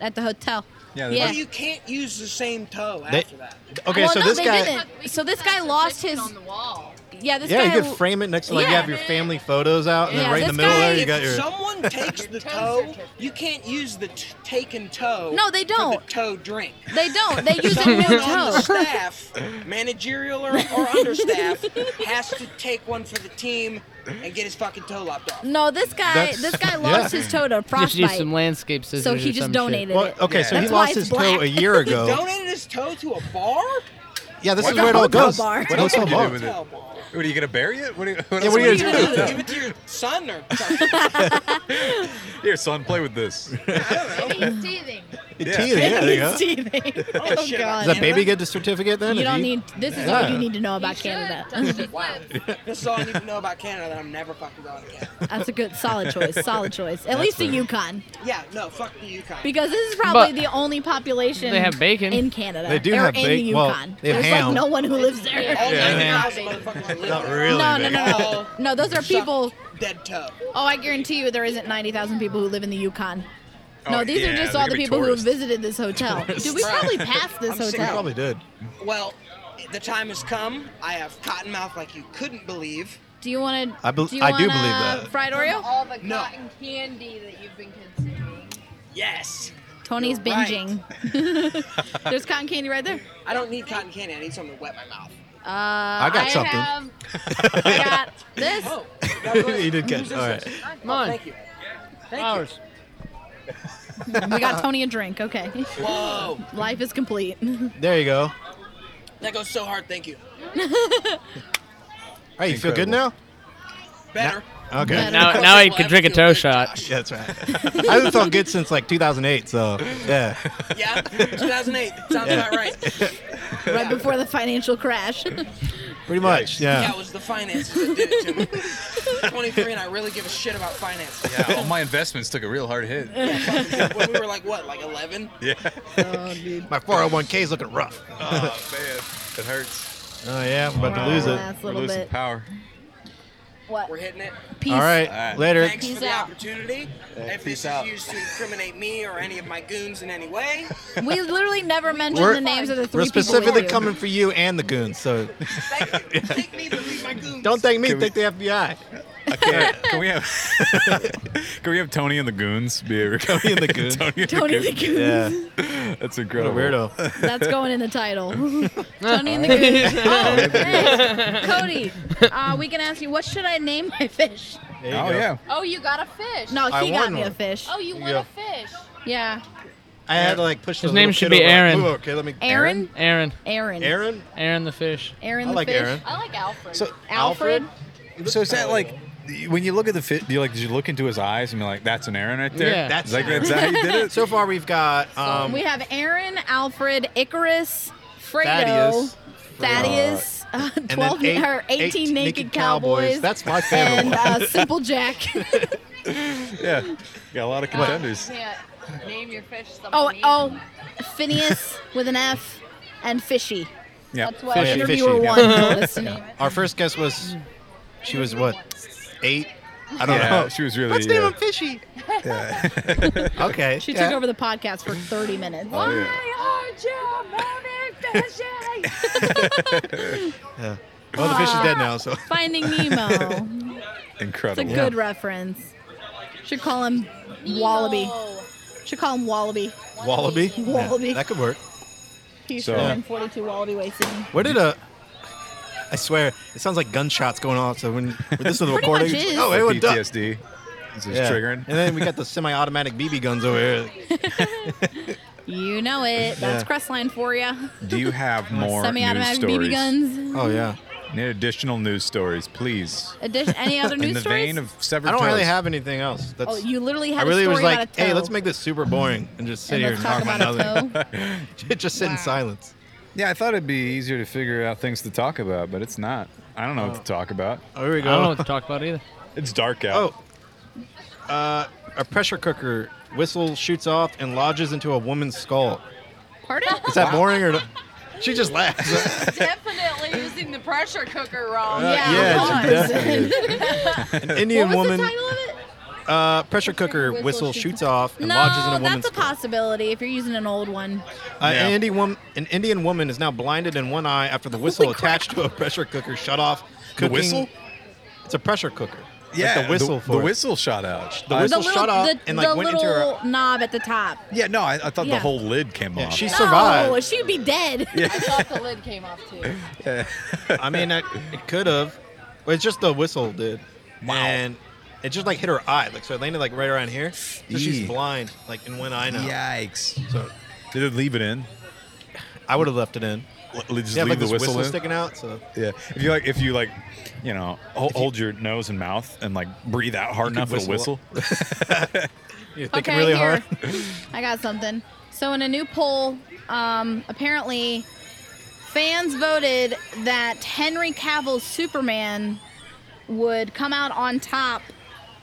S2: at the hotel.
S3: Yeah,
S8: Well,
S2: yeah.
S8: you can't use the same toe
S1: They-
S8: after that.
S1: Okay,
S2: well,
S1: so
S2: no,
S1: this
S2: they
S1: guy,
S2: didn't. So this guy lost his.
S9: on the wall.
S2: Yeah, this
S1: yeah,
S2: guy.
S1: you could frame it next to like you
S2: Yeah.
S1: have your family photos out, and then
S2: Yeah,
S1: right in the
S2: this
S1: middle
S2: guy-
S1: there you
S8: if
S1: got your. *laughs*
S8: someone
S2: *laughs*
S8: takes the toe, you can't use the t- taken toe.
S2: No, they
S8: for
S2: don't.
S8: the toe drink.
S2: they don't. *laughs* They use a new
S8: Someone
S7: *laughs*
S8: on
S2: toe.
S8: the staff, managerial or, or understaff,
S2: *laughs*
S8: has to take one for the team and get his fucking toe lopped off.
S2: No, this guy.
S1: That's-
S2: this guy
S1: yeah.
S2: lost his toe to
S7: You should
S2: frostbite.
S7: use some landscape scissors.
S2: so
S7: or
S2: he just
S7: some
S2: donated
S1: Well,
S2: it. *laughs*
S1: okay,
S3: Yeah.
S1: so he
S2: That's why
S1: lost
S2: it's
S1: his
S2: black.
S1: toe a year
S8: He
S2: *laughs*
S1: ago.
S8: donated his toe to a bar?
S1: yeah, this
S3: What
S1: is
S3: the
S1: where it all
S2: hotel
S1: goes.
S2: bar?
S3: What
S1: Hotel
S3: else can you do
S1: bar.
S3: with
S8: Hotel
S3: it?
S8: bar.
S3: What are you gonna bury it? What, are you, what
S1: Yeah,
S3: else
S1: what are you
S3: can
S1: gonna
S3: you do
S1: do?
S3: with
S8: Give it to your
S1: *laughs*
S8: son or something.
S3: that? Here, son, play with *laughs* this.
S5: He's teething.
S3: Yeah.
S1: Teething, yeah, there you go.
S2: He's teething.
S8: Oh,
S2: Oh
S1: Does
S8: shit.
S2: god.
S1: that baby get the certificate then?
S2: You
S1: If
S2: don't
S1: he-
S2: need. This is all
S1: Yeah.
S2: you need to know about
S5: He
S2: Canada.
S5: should touch
S8: Wow.
S5: his lips.
S8: This is all I need to know about Canada that I'm never fucking going to Canada.
S2: That's a good, solid choice. Solid choice. At least the Yukon,
S8: Yeah, no, fuck the Yukon.
S2: because this is probably
S7: But
S2: the only population
S7: They have bacon.
S2: in Canada.
S1: They do
S2: or
S1: have
S2: in the
S1: bacon. Well,
S2: Yukon.
S1: they have
S2: There's
S1: ham.
S2: like no one who lives there.
S8: all
S1: Yeah.
S8: 90,000 motherfuckers live
S1: Not
S8: there.
S1: really.
S2: No, no, no,
S1: big.
S2: no, no.
S8: Oh.
S2: No, those are
S8: Suck
S2: people.
S8: Dead toe.
S2: Oh, I guarantee you, there isn't ninety thousand people who live in the Yukon. No,
S3: Oh,
S2: these are
S3: yeah,
S2: just
S3: they're
S2: all
S3: gonna
S2: the
S3: be
S2: people
S3: tourists.
S2: who have visited this
S3: *laughs*
S2: hotel. Dude, we probably passed this
S8: I'm
S1: He
S2: hotel.
S1: probably did.
S8: Well, the time has come. I have cotton mouth like you couldn't believe.
S2: Do you want to?
S1: I bel-
S2: do you
S1: I do
S2: wanna
S1: believe that.
S2: Fried Oreo.
S9: All the
S8: No.
S9: cotton candy that you've been consuming.
S8: Yes.
S2: Tony's
S8: You're right.
S2: binging. *laughs* There's cotton candy right there.
S8: I don't need cotton candy. I need something to wet my mouth.
S2: Uh, I
S1: got something.
S2: Have, I got this.
S8: Oh,
S7: *laughs*
S8: that was-
S1: He did
S8: Who's
S1: good.
S8: this?
S1: All right.
S7: Come on.
S8: Thank you.
S2: *laughs*
S8: Thank
S7: Flowers.
S2: We got Tony a drink. Okay,
S1: *laughs*
S8: you. Whoa.
S2: life is complete.
S1: There you go. All
S8: That goes so hard. Thank you.
S1: right, you feel good now?
S3: Incredible.
S8: Better.
S1: Okay.
S2: Better.
S7: Now,
S8: Of course
S7: now
S8: it
S7: he
S8: will
S7: can
S8: ever
S7: drink a
S8: feel
S7: toe
S8: good,
S7: shot.
S8: Josh.
S1: Yeah, that's right. *laughs* I haven't felt good since like 2008, so yeah.
S8: Yeah, 2008. Sounds about right.
S2: right before the financial *laughs* crash.
S1: Pretty much,
S8: Yeah,
S1: yeah.
S8: it was the finances that did it to
S7: *laughs*
S8: me. 23 and I really give a shit about finances.
S3: Yeah, all my investments took a real hard hit.
S8: *laughs*
S2: *laughs*
S8: When we were like, what, like 11?
S3: Yeah.
S2: Oh,
S1: My 401k is looking rough.
S3: Oh man, it hurts.
S1: Oh yeah, I'm about to lose it.
S2: Last
S3: We're
S2: little
S3: losing
S2: bit.
S3: power.
S2: What?
S8: We're hitting it.
S2: Peace.
S1: All right,
S3: All right.
S1: later.
S8: Thanks
S2: Peace
S8: for the
S2: out.
S8: opportunity. if
S3: peace
S8: this
S3: out.
S8: is used to incriminate me or any of my goons in
S3: *laughs*
S8: any way,
S2: We literally never mentioned
S1: We're-
S2: the names of the 3
S1: We're
S2: people we
S1: specifically
S2: knew.
S1: coming for you and the goons,
S3: *laughs*
S1: so
S8: thank you. Thank me, but leave my goons.
S1: don't thank me,
S3: Can we-
S1: thank the FBI.
S3: Okay, can *laughs* we have *laughs* can we have Tony and the Goons be a *laughs* Tony
S1: and the Goons.
S3: Tony
S2: *laughs*
S3: and
S2: Tony the
S3: Goons.
S2: Goon.
S1: Yeah, what
S3: That's
S1: a
S3: incredible. *laughs*
S1: weirdo.
S2: *laughs* That's going in the title. Tony and the
S7: *laughs*
S2: Goon. Oh, thanks. Cody, uh, we can ask you, what should I name my fish?
S1: There you
S3: Oh
S1: go.
S3: yeah.
S9: Oh, you got a fish.
S2: No,
S1: I
S2: he got
S1: won
S2: me a
S1: one.
S2: fish.
S9: Oh, you
S1: There
S9: want
S1: you
S9: a fish.
S2: Yeah.
S1: I had to like push.
S7: His
S1: the
S7: name
S1: little
S7: should
S1: kid
S7: be
S1: over, like,
S7: Aaron.
S1: "Move over, okay, let me.
S2: Aaron?
S7: Aaron.
S2: Aaron.
S1: Aaron.
S7: Aaron the fish.
S2: Aaron
S1: I
S2: the
S1: like
S2: fish.
S1: Aaron.
S9: I like Alfred.
S1: So
S2: Alfred?
S1: Alfred?
S3: So is that like when you look at the fit, you like, did you look into his eyes and be like, "That's an Aaron right there."
S7: Yeah.
S3: That's like that's how you *laughs* did it.
S1: So far, we've got um,
S2: we have Aaron, Alfred, Icarus, Fredo,
S1: Thaddeus,
S2: Thaddeus, uh,
S1: and then
S2: 12
S1: eight-
S2: or 18
S1: eight
S2: naked, cowboys,
S1: That's my favorite
S2: and
S1: one.
S2: uh, Simple
S3: *laughs*
S2: Jack.
S3: yeah, got a lot of contenders.
S9: Can't name your fish something.
S2: oh,
S9: easy.
S2: oh, Phineas with an F, and Fishy.
S3: Yeah,
S2: That's what
S1: Fishy.
S2: interviewer
S1: Fishy.
S2: one told us to name it.
S1: Our first guest was she was what eight? I don't
S3: *laughs* yeah,
S1: know.
S3: she was really.
S1: Let's name
S3: uh,
S1: him Fishy. *laughs* Okay.
S2: She
S1: yeah.
S2: took over the podcast for 30 minutes.
S3: oh, yeah.
S1: Yeah. Well, the fish is dead now, so
S2: Finding Nemo. It's
S3: *laughs*
S2: a
S3: Incredible.
S2: good reference. Should call him Wallaby. Should call him Wallaby.
S1: wallaby.
S2: *laughs* Wallaby.
S1: Yeah, that could work.
S2: He's
S3: So-
S2: so. 42 Wallaby Way Sydney.
S1: Where did a? I swear, it sounds like gunshots going off. So when with
S2: *laughs*
S1: this is the
S2: Pretty
S1: recording,
S2: much
S1: it's like,
S2: is.
S1: oh,
S3: The
S1: everyone duck.
S3: PTSD. This is
S1: Yeah.
S3: triggering.
S1: And then we got the semi-automatic BB guns over here.
S2: You know it.
S1: Yeah.
S2: That's Crestline for you.
S3: Do you have more news
S2: Semi-automatic
S3: stories?
S2: BB guns.
S1: Oh yeah.
S3: Need additional news stories, please. *laughs*
S2: Addition, any other news
S3: In the
S2: stories?
S3: vein of severed
S1: I don't really
S3: toes.
S1: have anything else. That's.
S2: oh, you literally
S1: I
S2: had a
S1: really
S2: story
S1: was like,
S2: about a toe.
S1: hey, let's make this super boring and just sit
S2: and
S1: here
S2: let's
S1: and
S2: talk
S1: talk
S2: about,
S1: about nothing.
S3: *laughs*
S2: a
S1: *laughs*
S2: toe.
S1: just sit in silence.
S3: Yeah, I thought it'd be easier to figure out things to talk about, but it's not. I don't know what to talk about.
S1: Oh, here we
S7: I don't know
S1: go.
S7: what to talk about either.
S3: It's dark out.
S1: Oh, uh, a pressure cooker whistle shoots off and lodges into a woman's skull.
S2: Pardon?
S1: Is that boring or? not? She just
S2: *laughs*
S1: laughs.
S9: Definitely using the pressure cooker wrong.
S2: Yeah,
S1: Uh, yeah,
S2: come
S1: she
S2: on.
S1: definitely An Indian
S2: What was
S1: woman
S2: the title of it?
S1: uh, pressure cooker whistle shoots off and
S2: no,
S1: lodges in a woman's
S2: that's a
S1: skull.
S2: possibility if you're using an old one.
S1: Uh, an,
S3: Yeah. Oh
S1: Indian woman, an Indian woman is now blinded in one eye after the whistle attached to a pressure cooker shut off.
S3: The
S1: cooking-
S3: whistle?
S1: It's a pressure cooker. Like
S3: Yeah,
S1: the whistle
S3: the,
S1: for
S3: the
S1: it.
S3: whistle shot out.
S1: The
S3: I-
S1: whistle-
S2: The
S1: So
S2: little,
S1: shut up
S2: the,
S1: and, like,
S2: the
S1: went
S2: little
S1: into her-
S2: knob at the top.
S3: yeah, no, I, I thought
S2: Yeah.
S3: the whole lid came
S1: Yeah,
S3: off.
S1: she
S2: No,
S1: survived.
S2: she'd be dead.
S9: I thought the lid came off too.
S1: I mean, it, it could have. It's just the whistle, dude.
S3: Wow.
S1: And it just like hit her eye, like so it landed like right around here. So
S3: Eee.
S1: she's blind, like in one eye now.
S3: Yikes!
S1: So
S3: Did it leave it in?
S1: I would have left it in.
S3: L- just
S1: They have
S3: leave
S1: like
S3: the
S1: this whistle,
S3: whistle in.
S1: sticking out. So
S3: Yeah. If you like, if you like, you know, hol- hold your nose and mouth and like breathe out hard
S1: You could
S3: enough with a
S1: whistle.
S3: whistle.
S1: you're thinking
S2: okay,
S1: really
S2: here.
S1: hard. *laughs*
S2: I got something. So in a new poll, um, apparently fans voted that Henry Cavill's Superman would come out on top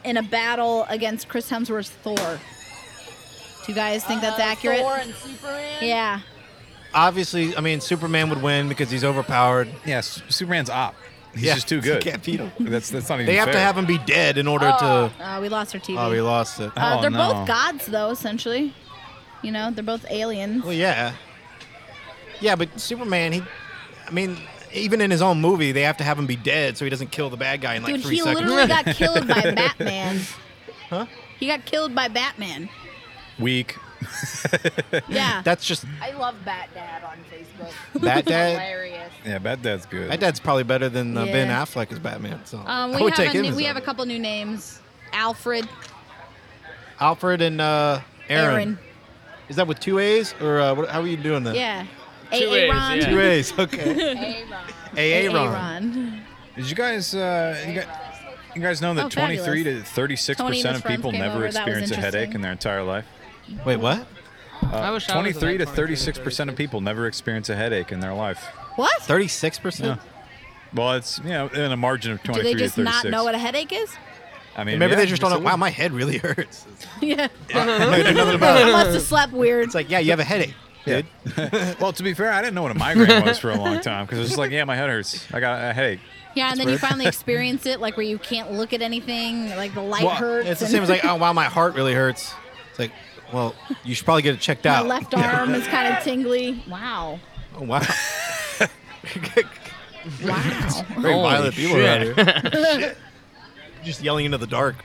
S2: in a battle against Chris Hemsworth's Thor. Do you guys think that's
S9: Uh,
S2: accurate?
S9: Thor
S10: *laughs*
S9: and Superman.
S2: Yeah.
S1: Obviously, I mean Superman would win because he's overpowered.
S3: Yeah, S- Superman's op. He's
S1: Yeah, *laughs*
S3: just too good.
S1: You can't beat him.
S3: That's that's not even.
S1: They have to
S3: fair.
S1: have him be dead in order to.
S2: Uh, we lost our TV.
S1: Oh, we lost it.
S2: uh,
S3: Oh,
S2: they're
S3: no.
S2: both gods, though, essentially. You know, they're both aliens.
S1: Well, yeah, yeah, but Superman, he, I mean, even in his own movie, they have to have him be dead so he doesn't kill the bad guy in like
S2: Dude,
S1: three
S2: he
S1: seconds.
S2: literally got killed by Batman.
S1: Huh?
S2: He got killed by Batman.
S3: weak. *laughs*
S2: Yeah.
S1: *laughs* That's just
S9: I love Bat Dad on Facebook.
S1: *laughs* Bat Dad.
S9: Hilarious.
S3: Yeah, Bad Dad's good.
S1: Bat Dad's probably better than uh, Ben
S2: Yeah.
S1: Affleck as Batman. So *laughs*
S2: Um,
S1: I
S2: we
S1: would
S2: have
S1: take
S2: a
S1: him.
S2: new-
S1: as
S2: we have a
S1: Batman.
S2: couple new names. Alfred,
S1: Alfred and uh, Aaron.
S2: Aaron.
S1: Is that with two A's or uh, what, how are you doing that?
S2: Yeah.
S7: Two
S2: A.
S7: A's,
S2: Ron.
S7: yeah.
S1: Two A's. Okay.
S9: Aaron.
S1: Aaron.
S3: Did you guys? Uh, you guys you guys know that
S2: Oh,
S3: 23 to 36
S2: Tony and
S3: percent
S2: his
S3: of
S2: friends
S3: people
S2: came
S3: never
S2: over. That was
S3: experience a headache
S2: interesting.
S3: in their entire life.
S1: Wait, what?
S7: I wish I was in
S3: 23 Uh, to
S7: that
S3: 36 percent of people never experience a headache in their life.
S2: What?
S1: Thirty-six percent.
S3: Well, it's you know in a margin of
S2: Do
S3: 23
S2: they
S3: to
S2: just
S3: 36.
S2: not know what a
S1: *laughs*
S2: headache is?
S3: I mean,
S1: Maybe
S3: yeah,
S1: they just don't know.
S3: it's a-
S1: Wow, my head really *laughs* hurts.
S2: *laughs* yeah.
S1: They do nothing about it.
S2: I must have slept weird.
S1: It's like, yeah, you have a headache, dude.
S3: *laughs* Well, to be fair, I didn't know what a migraine was for a long time because it's just like, yeah, my head hurts. I got a headache.
S2: yeah, and then you
S1: *laughs*
S2: finally experience it, like where you can't look at anything, like the light
S3: Well,
S2: hurts.
S1: It's the
S2: and
S1: same as
S2: *laughs*
S1: like, oh wow, my heart really hurts. It's like, well, you should probably get it checked
S2: My
S1: out.
S2: left arm is kind of tingly. Wow.
S1: Oh, *laughs* wow.
S2: Wow.
S1: *laughs* Very
S7: Holy
S1: violent people
S7: shit.
S1: around
S7: *laughs*
S1: here. Shit. Just yelling into the dark.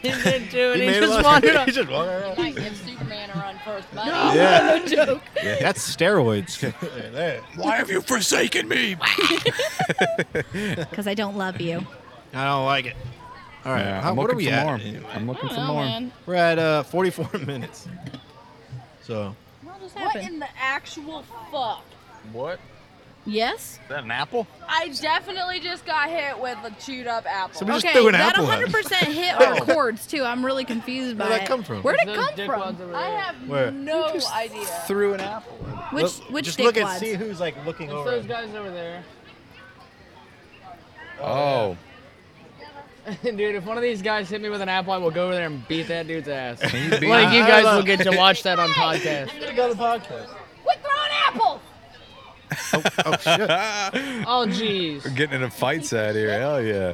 S7: He didn't do
S1: He
S7: it. He,
S1: made a
S7: just
S1: lot-
S7: wandered
S1: *laughs*
S7: up.
S1: he just walked around.
S9: Might give Superman a run first, buddy.
S2: *laughs*
S1: Yeah. no joke.
S7: *laughs*
S1: That's steroids.
S3: Why have you forsaken me?
S2: Because I don't love you.
S1: I don't like it. All right.
S3: Yeah,
S1: how,
S3: I'm
S1: what
S3: looking
S1: are we
S3: for
S1: at?
S3: more.
S1: anyway?
S3: I'm looking for more.
S1: We're at uh, 44 *laughs* minutes. So,
S2: What just
S9: What in the actual fuck?
S7: What?
S2: Yes.
S11: Is that an apple?
S9: I definitely just got hit with a chewed up apple.
S11: So we just
S2: okay,
S11: threw an
S2: that
S11: apple at him.
S2: 100% hit our cords too. I'm really confused by
S11: Where'd that
S2: it.
S11: come from?
S2: Where'd it
S9: Those
S2: come
S9: dick ones
S2: from?
S9: over I have
S1: Where?
S9: no idea.
S11: Threw an apple.
S2: Which
S1: Look-
S2: which
S1: just look
S2: dick
S1: at see
S2: wads?
S1: who's like looking
S9: It's
S1: over.
S9: those guys over there.
S3: Oh.
S9: *laughs* Dude, if one of these guys hit me with an apple, I will go over there and beat that dude's ass. like,
S3: Can
S9: you
S3: you *laughs* beat him?
S9: guys
S1: I
S9: will
S1: don't know.
S9: get to watch that
S2: *laughs*
S9: on podcast.
S1: I'm gonna go to the podcast.
S9: Quit throwing apples!
S1: Oh shit!
S9: Oh, jeez.
S3: We're *laughs* getting into fights out here. Hell yeah.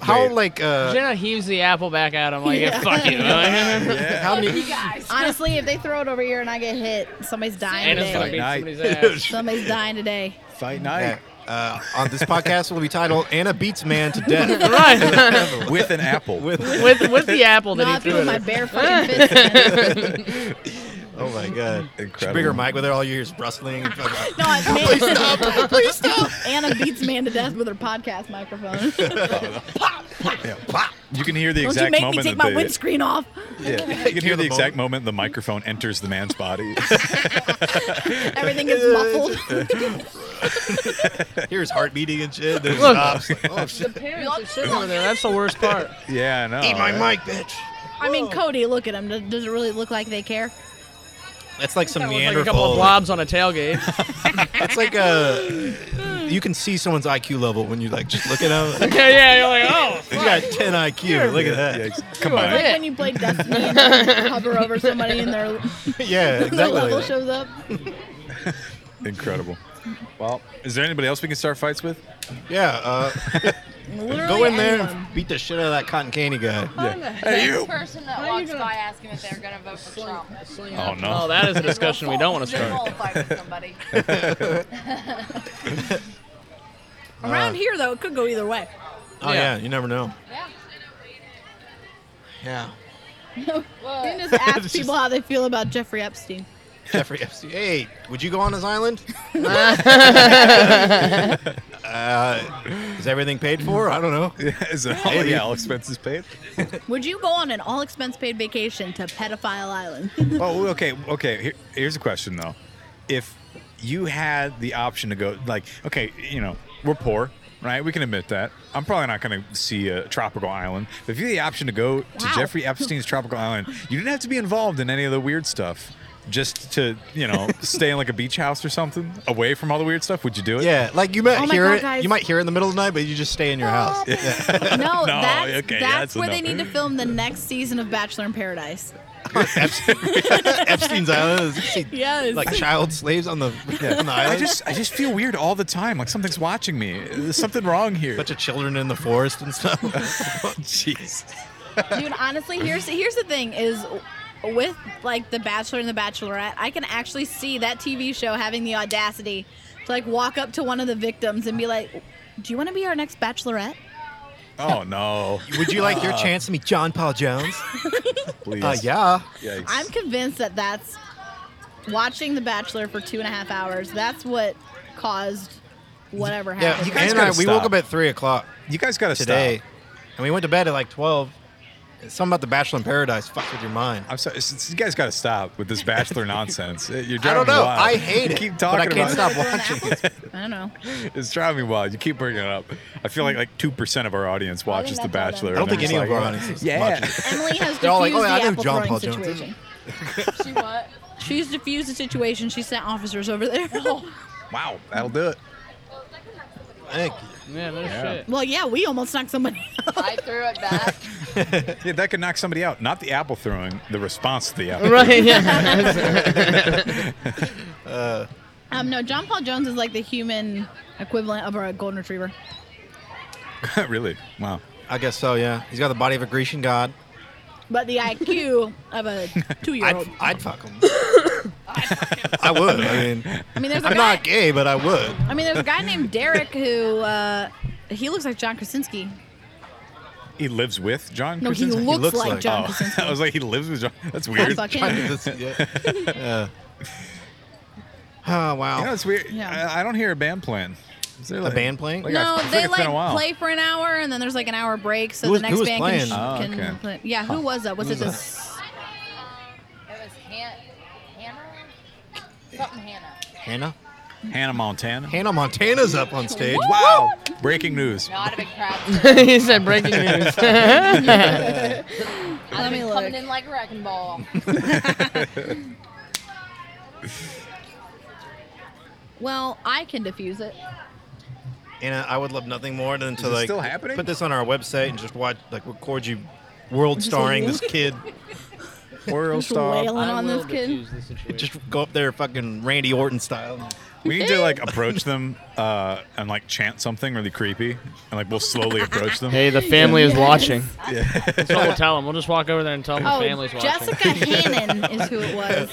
S1: How
S3: Wait.
S1: like uh,
S9: Jenna heaves the apple back at him like, *laughs*
S2: Yeah.
S9: fuck
S2: *laughs*
S9: you.
S1: how many? *laughs*
S9: guys.
S2: Honestly, if they throw it over here and I get hit, somebody's dying
S9: And it's gonna
S3: Fight
S9: beat
S2: today.
S3: night. *laughs*
S9: somebody's ass.
S2: Somebody's dying today.
S3: Fight night
S1: Yeah, Uh, on this podcast will be titled "Anna Beats Man to
S7: *laughs*
S1: Death."
S9: Right.
S3: with an
S1: *laughs*
S3: apple.
S9: *laughs* with, with the apple that he
S2: Not
S9: threw
S2: with
S9: at her.
S2: my bare fucking fist. man.
S1: oh my god!
S3: Incredible.
S1: Bigger mic with it. All you hear is rustling. *laughs* and fucking-
S2: No, I please stop. Please stop. *laughs* Anna beats man to death with her podcast microphone.
S3: Yeah, pop. You can hear the
S2: Don't you
S3: exact
S2: make me
S3: moment
S2: take
S3: that
S2: my
S3: the-
S2: windscreen off.
S1: *laughs*
S3: yeah, you can
S1: Hear
S3: hear
S1: the
S3: the exact moment the microphone enters the
S1: *laughs*
S3: man's body.
S2: Everything is muffled.
S1: Here's heart beating and shit. Then it
S9: Look.
S1: stops. Like, oh shit!
S9: Parents are sitting over there. That's the worst part.
S3: yeah, I know.
S1: Eat my
S3: right?
S1: mic, bitch.
S2: I mean, Cody, look at him. Does- Does it really look like they care?
S1: That's like some
S9: That was like a couple of
S1: Neanderthal.
S9: blobs on a
S3: *laughs*
S9: tailgate. *laughs*
S1: That's like a. You can see someone's IQ level when you like just look at
S7: *laughs*
S1: them.
S9: yeah, yeah, you're like, oh,
S1: You got 10 IQ. Look at
S3: Yeah,
S1: that.
S3: ex- come
S2: Like
S3: on.
S2: when you play Destiny, and you hover over somebody and their,
S1: *laughs* Yeah,
S2: their
S1: exactly.
S2: level
S1: like that.
S2: shows up.
S3: Incredible. Well, is there anybody else we can start fights with?
S1: Yeah. Uh, *laughs*
S2: Literally
S1: go in there,
S2: anyone.
S1: and beat the shit out of that cotton candy guy.
S3: Hey, you.
S9: person that
S10: walks by asking if they're gonna vote for Trump.
S3: Oh, no.
S9: Oh, that is a discussion we don't
S2: *laughs*
S9: want to
S10: They
S9: start.
S10: will fight with somebody.
S2: Around here, though, it could go either way.
S1: Oh yeah,
S9: Yeah.
S1: you never know.
S10: Yeah.
S1: Yeah.
S2: You can just
S3: *laughs*
S2: ask people how they feel about Jeffrey Epstein.
S1: Jeffrey Epstein. Hey, would you go on his island? uh, is everything paid for? I don't know.
S3: *laughs* is it all,
S1: Maybe.
S3: yeah, all expenses paid?
S2: Would you go on an all expense paid vacation to Pedophile *laughs*
S3: *laughs*
S2: Island?
S3: oh, okay, okay. Here, here's a question though: If you had the option to go, like, okay, you know, we're poor, right? We can admit that. I'm probably not going to see a tropical island. But if you had the option to go to
S2: Wow.
S3: Jeffrey Epstein's tropical island, you didn't have to be involved in any of the weird stuff. Just to you know,
S2: *laughs*
S3: stay in like a beach house or something, away from all the weird stuff. Would you do it?
S1: Yeah, like you might
S2: Oh my
S1: hear
S2: God,
S1: it.
S2: guys.
S1: You might hear it in the middle of the night, but you just stay in your
S2: *laughs*
S1: house.
S2: no, that's,
S3: okay, yeah,
S2: that's,
S3: that's
S2: where they
S3: enough.
S2: need to film the next season of Bachelor in Paradise.
S1: Epstein's island. Is, you see,
S2: Yes.
S1: Like child slaves on the, on the island.
S3: I just I just feel weird all the time. Like something's watching me. There's something wrong here.
S1: bunch of children in the forest and
S3: *laughs*
S1: stuff. Jeez.
S2: Dude, honestly, here's here's the thing is with like The Bachelor and The Bachelorette, I can actually see that TV show having the audacity to like walk up to one of the victims and be like, "Do you want to be our next bachelorette?"
S3: oh no!
S1: Would you like your
S3: Uh,
S1: chance to meet John Paul Jones?
S3: Please.
S1: Uh, yeah.
S3: Yikes.
S2: I'm convinced that that's watching The Bachelor for two and a half hours. That's what caused whatever
S1: Yeah.
S2: happened.
S1: You
S3: guys
S1: and I,
S3: gotta
S1: we woke
S3: stop.
S1: up at three o'clock
S3: You guys got to
S1: today,
S3: Stop.
S1: and we went to bed at like twelve. Something about the Bachelor in Paradise fucks with your mind.
S3: I'm sorry. s- s- You guys got to stop with
S1: *laughs*
S3: this bachelor nonsense. It- You're
S1: I
S3: driving
S1: don't know.
S3: me wild.
S1: I hate
S3: you
S1: it.
S3: Keep
S1: but
S3: talking
S1: I can't
S3: about
S1: stop watching it.
S2: *laughs* I don't know.
S3: it. It's driving me wild. You keep bringing it up. I feel like like two percent of our audience watches
S2: that's all
S3: The Bachelor.
S2: them.
S1: I don't
S3: and
S1: think
S3: they're
S1: any
S3: just
S1: of our
S3: like,
S1: audience is
S3: Yeah.
S1: watching it.
S2: Emily has diffused
S1: They're all like, "Oh,
S2: the
S1: yeah, I know
S2: apple
S1: John
S2: throwing
S1: Paul Jones."
S2: situation.
S9: She what?
S2: She's diffused the situation. She sent officers over *laughs* there.
S3: Wow, that'll do it.
S1: I think
S9: Yeah, no
S3: Yeah.
S9: shit. *laughs*
S2: well, yeah, we almost knocked somebody. *laughs* out.
S10: I threw it back.
S3: Yeah, that could knock somebody out. Not the apple throwing. The response to the apple.
S9: Right, yeah. *laughs*
S2: um, no, John Paul Jones is like the human equivalent of a golden retriever.
S3: *laughs* really? Wow.
S1: I guess so. Yeah, he's got the body of a Grecian god.
S2: But the IQ of
S1: *laughs*
S2: a two-year-old.
S1: I'd, I'd fuck him. I would. I mean,
S2: I mean, there's a
S1: I'm
S2: guy.
S1: not gay, but I would.
S2: I mean, there's a guy named Derek who uh, he looks like John Krasinski.
S3: He lives with John.
S2: No, he
S3: Krasinski?
S2: looks,
S1: looks
S2: like,
S1: like-
S2: John
S3: Oh, *laughs*
S2: Krasinski.
S3: I was like, he lives with John. That's
S2: I
S3: weird.
S2: fuck
S1: Kind
S2: him.
S1: of this- yeah. Yeah. oh *sighs* wow.
S3: You know, it's weird.
S2: Yeah.
S3: I, I don't hear a band playing. Is there
S1: a band playing?
S3: Like, I- I
S2: No,
S3: feel
S2: they
S3: it's been
S2: like
S3: a while.
S2: play for an hour and then there's like an hour break, so
S1: Who was-
S2: the
S1: who
S2: next
S1: was
S2: band
S1: playing?
S2: can,
S3: Oh,
S2: can
S3: okay.
S2: play. Yeah, who was that? Was
S1: Who
S2: it
S1: was
S2: this?
S10: It was Han- Hannah. Something Hannah.
S1: Hannah?
S3: Hannah Montana.
S1: Hannah Montana's up on stage.
S3: Wow. Breaking news.
S10: Not a
S2: *laughs*
S10: big crowd.
S9: he said breaking news.
S10: Let me
S2: me
S10: look. Coming
S2: look.
S10: in like a wrecking ball.
S2: Well, I can diffuse it.
S1: Anna, I would love nothing more than to
S3: this
S1: like
S3: still happening?
S1: put this on our website and just watch like record you world starring this kid.
S3: *laughs* World
S2: Just
S3: star.
S2: wailing on this
S9: will
S2: kid.
S9: defuse the situation.
S1: Just go up there fucking Randy Orton style.
S3: We need to like approach them uh, and like chant something really creepy, and like we'll slowly approach them. *laughs*
S7: Hey, the family is watching.
S3: Yeah.
S7: That's what we'll tell them. We'll just walk over there and tell them
S2: Oh,
S7: the family's watching. *laughs*
S2: Jessica Hannon is who it was.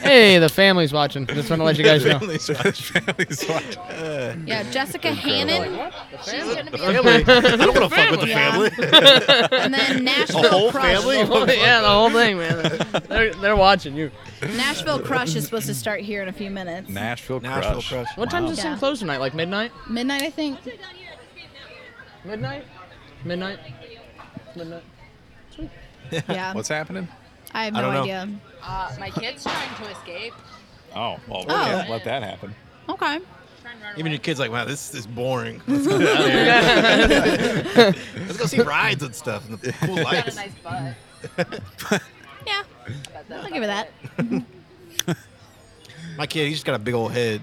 S9: hey, the family's watching. Just want to let you guys
S7: *laughs*
S9: know.
S1: Family's
S3: The family's watching.
S2: Yeah, Jessica Hannon,
S10: She's gonna be.
S1: Family. I don't want to fuck with the
S2: Yeah.
S1: family. *laughs*
S2: and
S3: *laughs*
S2: then Nashville
S1: whole
S2: Crush.
S1: family?
S9: yeah, the whole thing, man. They're, they're watching you.
S2: Nashville Crush is supposed to start here in a few minutes.
S3: Nashville Crush.
S1: Nashville Crush.
S9: What time does this
S2: Wow.
S9: thing close tonight? Like midnight?
S2: Midnight, I
S3: *laughs*
S2: think.
S9: Midnight? Midnight? *laughs* Midnight?
S2: Yeah,
S3: What's happening?
S2: I have
S1: I
S2: no
S1: don't know.
S2: idea.
S10: Uh, my kid's trying to escape.
S3: Oh, well, we
S2: Oh.
S3: can't let that happen.
S2: Okay.
S10: Trying to run
S1: Even
S10: away.
S1: your kid's like, wow, this is boring. Let's get out of here. Let's go see rides and stuff and the cool
S10: She's *laughs* got a
S1: lights.
S10: nice butt.
S2: Yeah,
S10: I bet
S2: I'll
S10: that.
S2: give her
S3: *laughs*
S2: that.
S1: My kid, he's just got a big old head.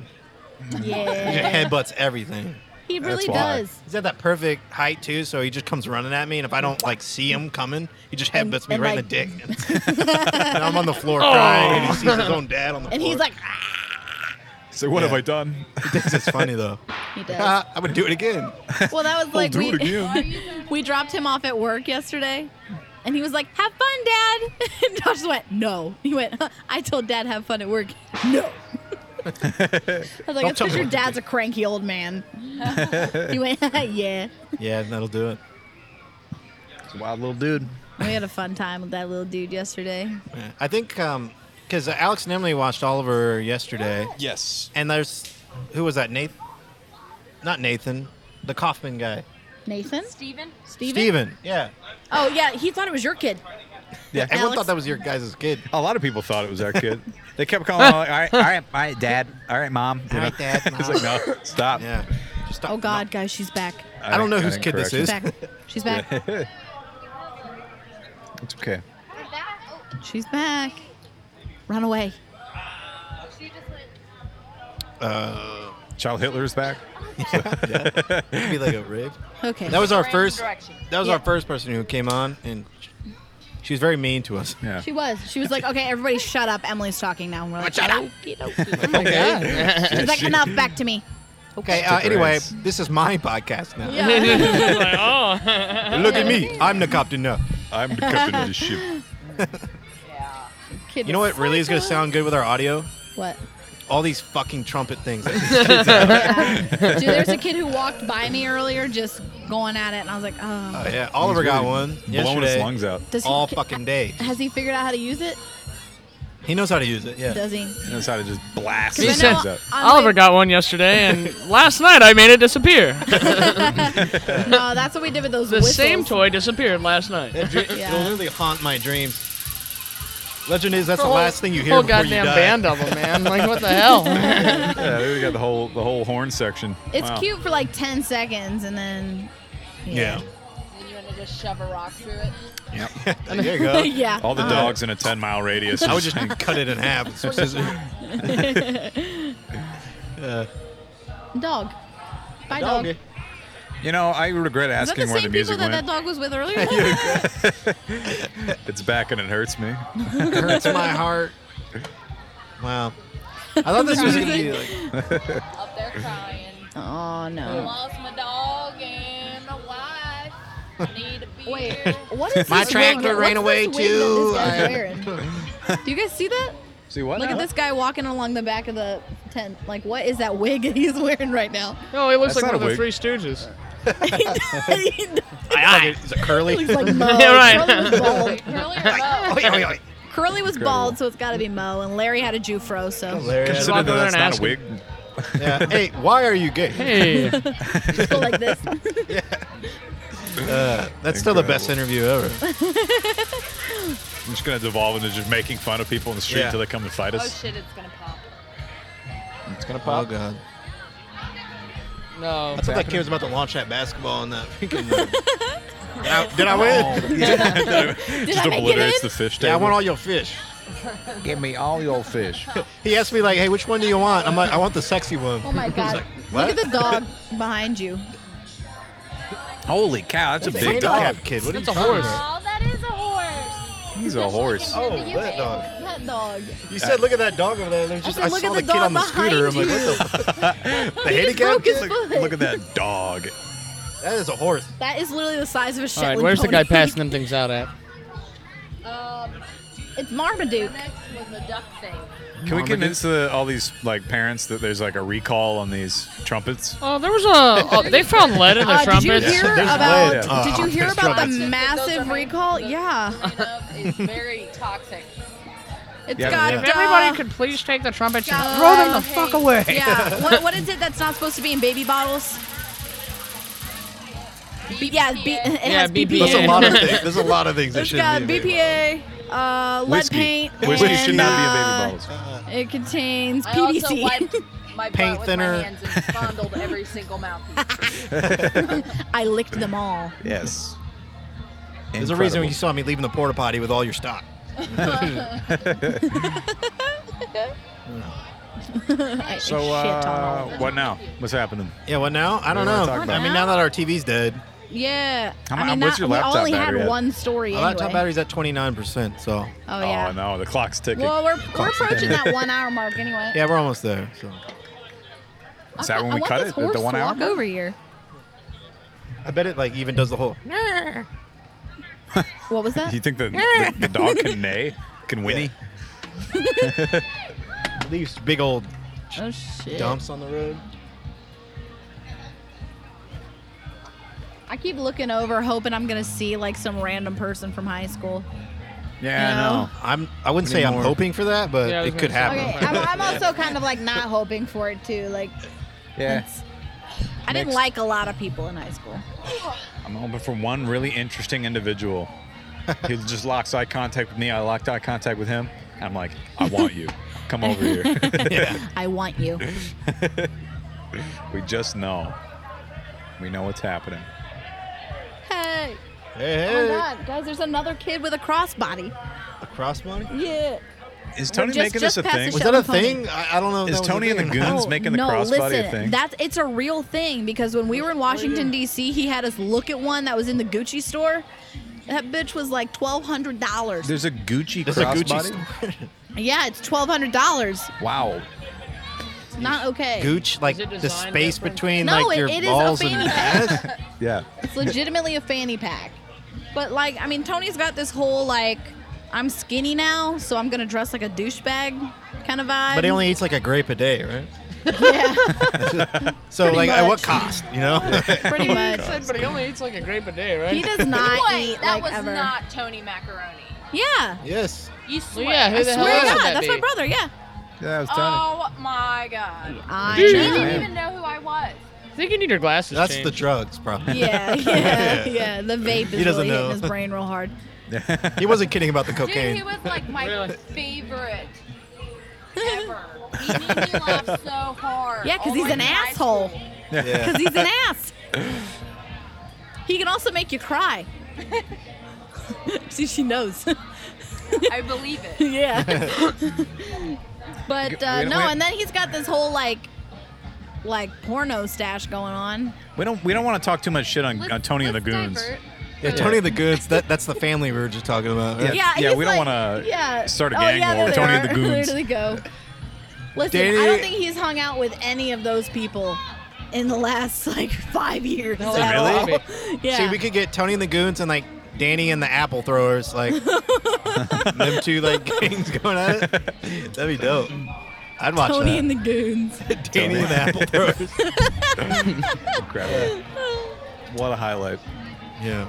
S1: He just
S2: Yeah,
S1: headbutts everything.
S2: he really
S3: That's why.
S2: does.
S1: He's at that perfect height too, so he just comes running at me, and if I don't like see him coming, he just
S2: And-
S1: headbutts me
S2: and,
S1: right
S2: like-
S1: in the dick.
S2: *laughs*
S1: and I'm on the floor crying, and he sees his own dad on the
S2: And
S1: floor.
S2: he's like, ah,
S3: So what
S1: Yeah.
S3: have I done?
S1: "It's funny
S2: *laughs*
S1: though.
S2: he does.
S3: *laughs*
S1: *laughs* I would do it again."
S2: Well, that was like
S3: do
S2: we
S3: it again.
S2: *laughs* we dropped him off at work yesterday, and he was like, "Have fun, Dad." *laughs* And Josh went, "No." He went, huh, "I told Dad have fun at work." *laughs* No. I was like,
S1: Don't
S2: "It's
S1: tell
S2: because
S1: me
S2: your
S1: what to
S2: dad's a cranky
S1: *laughs*
S2: old man." he went, *laughs* "Yeah."
S1: Yeah, that'll do it.
S3: It's a wild little dude.
S2: We had a fun time with that little dude yesterday.
S1: Yeah. I think because Alex and Emily watched Oliver yesterday,
S3: Yes.
S1: and there's who was that? Nathan? Not Nathan, the Kaufman guy.
S2: Nathan,
S10: Steven?
S2: Steven?
S1: Steven. Yeah.
S2: Oh yeah, he thought it was your kid.
S1: Yeah. Everyone
S2: Alex-
S1: thought that was your guys' kid.
S3: A lot of people thought it was our kid. *laughs* they kept calling. All right, all right, all right, dad. All right, mom. You
S1: All right,
S3: know?
S1: Dad,
S3: *laughs* it's like no, stop.
S1: Yeah. Just stop.
S2: Oh God, guys, she's back.
S1: I don't know whose
S3: think
S1: kid this
S3: correction.
S1: is.
S2: She's back. She's
S1: *laughs*
S2: back.
S3: It's okay.
S2: She's back. Run away.
S1: Uh,
S3: Child Hitler's back.
S1: it'd be like a rave.
S2: Okay.
S1: That was our
S10: Random
S1: first.
S10: direction.
S1: That was
S2: Yeah.
S1: our first person who came on, and sh- she was very mean to *laughs* us.
S3: Yeah.
S2: She was. She was like, okay, everybody shut up. Emily's talking now. And we're like,
S1: Shut up.
S2: "Okey dokey."
S1: *laughs*
S3: Okay.
S2: She's like, enough, back to me.
S1: Okay.
S3: Stick
S1: Uh,
S3: her
S1: anyway,
S3: ass.
S1: this is my podcast now.
S2: Yeah.
S7: Like, oh.
S1: *laughs* Look at me. I'm the captain now.
S3: I'm the captain of the ship.
S10: Yeah.
S2: Kid
S1: You know
S2: was
S1: what really is gonna
S2: psycho.
S1: sound good with our audio?
S2: What?
S1: All these fucking trumpet
S2: *laughs*
S1: things.
S2: Dude, there's a kid who walked by me earlier just going at it, and I was like, oh.
S1: Oh, yeah, Oliver
S3: He's
S1: got
S3: really
S1: one
S3: Blowing his
S1: yesterday.
S3: lungs out.
S2: Does he,
S1: all fucking day.
S2: Has he figured out how to use it?
S1: He knows how to use it. Yeah. *laughs*
S2: Does he?
S3: He knows how to just blast
S2: 'Cause
S3: his
S2: I know
S3: lungs out.
S2: on the
S7: Oliver
S2: way-
S7: got one yesterday, and last night I made
S9: *laughs*
S7: it disappear.
S2: No, that's what we did with those
S7: The
S2: whistles.
S7: same toy disappeared last night.
S1: It dr-
S2: *laughs* Yeah.
S1: It'll literally haunt my dreams. Legend is that's the
S7: Whole-
S1: last thing you hear
S7: whole
S1: before you
S7: goddamn
S1: die.
S7: band of them, man. Like, what the hell?
S3: Yeah, they got the whole the whole horn section.
S2: It's
S3: Wow.
S2: cute for like 10 seconds, and then.
S1: Yeah.
S10: Then you want to just shove a rock through it.
S1: *laughs* there you go.
S2: *laughs* yeah.
S3: All the dogs in a ten
S2: *laughs*
S3: mile radius.
S1: I would just cut it in half. with some *laughs* scissors. Uh,
S2: Dog. Bye, dog.
S1: doggy.
S3: you know, I regret
S2: Is that
S3: asking
S2: the
S3: where the
S2: same people
S3: music
S2: that that
S3: went.
S2: dog was
S1: *laughs*
S2: with earlier?
S3: It's back and it hurts me.
S1: hurts my heart. Wow. I thought this was gonna be *laughs* like
S10: Up there crying.
S2: oh, *laughs*
S10: I
S2: no.
S10: lost my dog and my wife. I need a beer.
S2: Wait, what is
S1: My
S2: this
S1: tractor
S2: wig-
S1: ran
S2: what's
S1: away
S2: this wig that
S1: too.
S2: this guy's
S1: *laughs*
S2: wearing? Do you guys see that?
S3: See what?
S2: Look at this guy walking along the back of the tent. Like, what is that wig *laughs* he's wearing right now?
S7: *laughs* No, he looks
S3: That's
S7: like
S3: not
S7: one of
S3: a
S7: the
S3: wig.
S7: Three Stooges.
S2: *laughs* he
S1: is it *laughs* curly?
S2: looks *laughs* like Mo.
S7: Yeah, right.
S2: Curly was bald.
S10: Wait, Curly or
S1: Oi, oi,
S10: Mo?
S1: oi.
S2: *laughs* Curly was bald, so it's got to be Mo. And Larry had a Jufro, so
S1: Hilarious.
S7: Just walk
S3: Consider that
S7: over there
S3: that's
S7: and
S3: not
S7: ask
S3: a
S7: him.
S3: wig.
S1: Yeah. Hey, why are you
S9: *laughs*
S1: gay?
S2: *laughs*
S7: Hey,
S2: just go like this.
S1: Uh, that's still the best interview ever.
S3: I'm just gonna devolve into just making fun of people in the street
S1: Yeah.
S2: Oh,
S3: until they come and fight
S10: Oh
S3: us.
S10: shit, it's gonna pop.
S3: It's
S9: It's gonna
S1: Oh
S9: pop.
S1: god!
S9: No.
S1: I thought that kid was about to launch that basketball and that freaking. *laughs* Oh, did, I, did I win?
S2: Did I make it in?
S3: the fish
S1: Yeah, I want all your fish.
S6: Give me all your fish.
S1: He asked me like, "Hey, which one do you want?" I'm like, "I want the sexy one."
S2: Oh my
S1: He's
S2: god!
S1: like,
S2: Look at
S1: "What?"
S2: the dog behind you.
S3: Holy cow, that's a
S1: It's
S3: big dog.
S1: kid. What are you
S9: That's a
S1: talking
S9: horse.
S1: about?
S10: Oh, that is a horse.
S3: He's a horse.
S1: Oh,
S10: You
S1: that
S10: may-
S1: dog.
S2: That dog.
S1: You said, "Look at that dog over there." There's
S2: I
S1: just,
S2: said,
S1: I,
S2: "Look
S1: saw
S2: at
S1: the,
S2: the
S1: kid
S2: dog
S1: on the scooter. I'm
S2: behind
S1: like,
S2: *laughs*
S1: "What the?" the
S2: just
S1: handicap
S2: broke his
S1: kid.
S2: foot.
S3: Look at that dog.
S1: That is a horse.
S2: That is literally the size of a
S9: All
S2: Shetland
S9: right, where's the guy
S2: pony.
S9: passing them things out at?
S2: *laughs* It's Marmaduke.
S10: Next was Um, the duck thing.
S3: Can we convince the, all these like parents that there's like a recall on these trumpets?
S7: Oh, there was a. Oh, they found
S1: *laughs*
S7: lead in the
S2: Uh, did you
S7: trumpets.
S2: hear
S1: There's
S2: about?
S1: lead.
S2: Did
S1: Oh,
S2: you hear
S1: there's
S2: about
S1: trumpets.
S2: the massive recall? Yeah, *laughs*
S10: It's very toxic.
S2: it's
S3: Yeah,
S2: got.
S1: yeah.
S7: If
S2: uh,
S7: everybody could please take the trumpets and
S2: God.
S7: throw them the fuck away. *laughs*
S2: Yeah. what, what is it that's not supposed to be in baby bottles? B- yeah, B- it has
S9: BPA.
S2: BPA.
S1: There's a
S2: *laughs*
S1: lot of things. *laughs* There's a lot of things that
S2: It's
S1: should
S2: got
S1: be.
S2: BPA, uh, lead
S3: Whiskey.
S2: paint,
S3: Whiskey
S2: and,
S3: should not
S2: uh,
S3: be in baby bottles.
S2: It contains
S10: I also
S2: PVC.
S10: wiped my
S1: Paint
S10: butt with
S1: thinner.
S10: my hands
S1: *laughs*
S10: and fondled every single mouthpiece.
S2: *laughs* I licked them all.
S3: Yes.
S1: There's a reason you saw me leaving the porta potty with all your stock.
S2: I
S3: So
S2: shit on all.
S3: uh, what now? What's happening?
S1: Yeah, what now? I don't
S3: don't wanna
S1: know.
S3: talk about
S1: I mean,
S2: it.
S1: now that our TV's dead,
S2: Yeah.
S3: How
S2: I
S3: mu-
S2: mean,
S3: what's
S2: that,
S3: your
S2: we
S3: laptop
S2: only
S3: battery
S2: had
S3: at?
S2: one story
S1: my
S2: anyway.
S1: laptop battery's at 29%. So,
S2: Oh yeah.
S3: Oh no, the clock's ticking.
S2: Well, we're, we're
S3: Clock's
S2: approaching
S3: ticking. *laughs*
S2: that one hour mark anyway.
S1: yeah, we're almost there. So,
S3: Is that
S2: I
S3: when we
S2: want
S3: cut
S2: this
S3: it? At
S2: Horse
S3: The one
S2: to
S3: hour?
S2: walk over here.
S1: I bet it like even does the whole.
S2: What was that?
S3: Do you
S2: *laughs*
S3: think the, the, the dog can neigh? Can whinny?
S1: leaves big old
S2: oh shit!
S1: dumps on the road.
S2: I keep looking over, hoping I'm gonna see like some random person from high school.
S3: Yeah, I
S2: No.
S3: know.
S1: I'm. I wouldn't say I'm
S3: Anymore.
S1: hoping for that, but
S9: Yeah, I was
S1: it could
S9: gonna
S1: happen. *laughs*
S9: say.
S2: Okay, I'm, I'm also kind of like not hoping for it too. Like,
S6: Yeah.
S2: it's- I didn't
S6: Next.
S2: like a lot of people in high school.
S3: I'm hoping for one really interesting individual. he just locks eye contact with me. I locked eye contact with him. I'm like, I want you. Come
S2: *laughs*
S3: over here.
S1: *laughs*
S2: I want you.
S3: we just know. We know what's happening.
S2: Hey!
S1: Hey,
S2: Oh my
S1: hey.
S2: god, guys! There's another kid with a crossbody.
S1: a crossbody?
S2: Yeah.
S3: Is Tony
S2: just-
S3: making
S2: just
S3: this a
S2: past
S3: thing?
S2: the
S1: Was that a
S2: Shelby pony.
S1: thing? I, I don't know. if
S3: Is
S1: that was a
S3: Tony and
S1: thing
S3: the
S1: or not.
S3: Goons
S2: Oh,
S3: making the
S2: no,
S3: crossbody a
S2: listen,
S3: thing?
S2: That's it's a real thing because when we were in Washington D.C., he had us look at one that was in the Gucci store. That bitch was like twelve hundred dollars.
S3: There's a Gucci
S1: There's a Gucci.
S3: crossbody.
S1: *laughs* store.
S2: Yeah, it's twelve hundred dollars.
S3: wow.
S2: It's not okay.
S1: Gooch, like
S9: it
S1: the
S9: designed
S1: space
S9: different?
S1: between
S2: No,
S1: like
S2: it-
S1: your
S2: it is a
S1: balls and *laughs*
S2: fanny
S1: ass.
S3: Yeah.
S2: It's legitimately a fanny pack. But like, I mean, Tony's got this whole like, I'm skinny now, so I'm gonna dress like a douchebag kind of vibe.
S1: But he only eats like a grape a day, right?
S2: yeah,
S1: So like, at what
S2: much.
S1: cost? You know? *laughs*
S2: pretty much.
S9: but he only eats like a grape a day, right?
S2: He does not
S10: Wait,
S2: eat
S10: that
S2: like
S10: was
S2: ever.
S10: not Tony Macaroni.
S2: yeah.
S1: yes.
S10: You
S9: Well,
S10: swear.
S9: yeah, who the hell
S2: Swear to
S9: else would
S2: God,
S9: that
S2: that's
S9: be?
S2: my brother. Yeah.
S6: Yeah, I was telling
S10: Oh my god.
S2: I
S10: She
S2: know.
S10: didn't even know who I was.
S9: I think you need your glasses
S1: That's the
S9: changed.
S1: drugs, probably.
S2: *laughs* Yeah, yeah, yeah. The vape
S1: He
S2: is
S1: doesn't
S2: really
S1: know.
S2: hitting his brain real hard.
S1: *laughs* He wasn't kidding about the
S10: Dude,
S1: cocaine.
S10: he was like
S9: *laughs*
S10: my
S9: Really?
S10: favorite ever. He made me laugh so hard. Oh
S2: Yeah, 'cause
S10: all
S2: he's
S10: the way
S2: an
S10: through high
S2: asshole.
S10: school.
S1: yeah.
S2: Because he's an ass. He can also make you cry. *laughs* See, she knows.
S10: I believe *laughs* it.
S2: yeah. *laughs* but uh,
S3: Wait,
S2: no,
S3: wait.
S2: and then he's got this whole like, like porno stash going on.
S3: *laughs* We don't. We don't want to talk too much shit on,
S5: Let's-
S3: on Tony and the
S5: let's
S3: Goons.
S5: divert.
S1: yeah, Tony the Goods. That that's the family we were just talking about. right?
S2: Yeah,
S3: yeah,
S2: he's
S3: we don't
S2: like-
S3: wanna
S2: yeah.
S3: start a
S2: Oh,
S3: gang
S2: yeah,
S3: war.
S2: there
S3: Tony
S2: they
S3: and the
S2: are.
S3: Goons.
S2: *laughs* There they go. Listen, I
S1: Danny-
S2: don't think he's hung out with any of those people in the last like five years.
S9: No,
S2: at
S1: Really?
S2: *laughs* all. Yeah.
S1: See, we could get Tony and the Goons and like Danny and the Apple Throwers,
S2: *laughs*
S1: like them two like gangs going at it. That'd be dope. I'd watch
S2: Tony
S1: that.
S2: and the Goons.
S1: Danny and the Apple Throwers.
S3: Incredible. What a *laughs* highlight.
S1: yeah.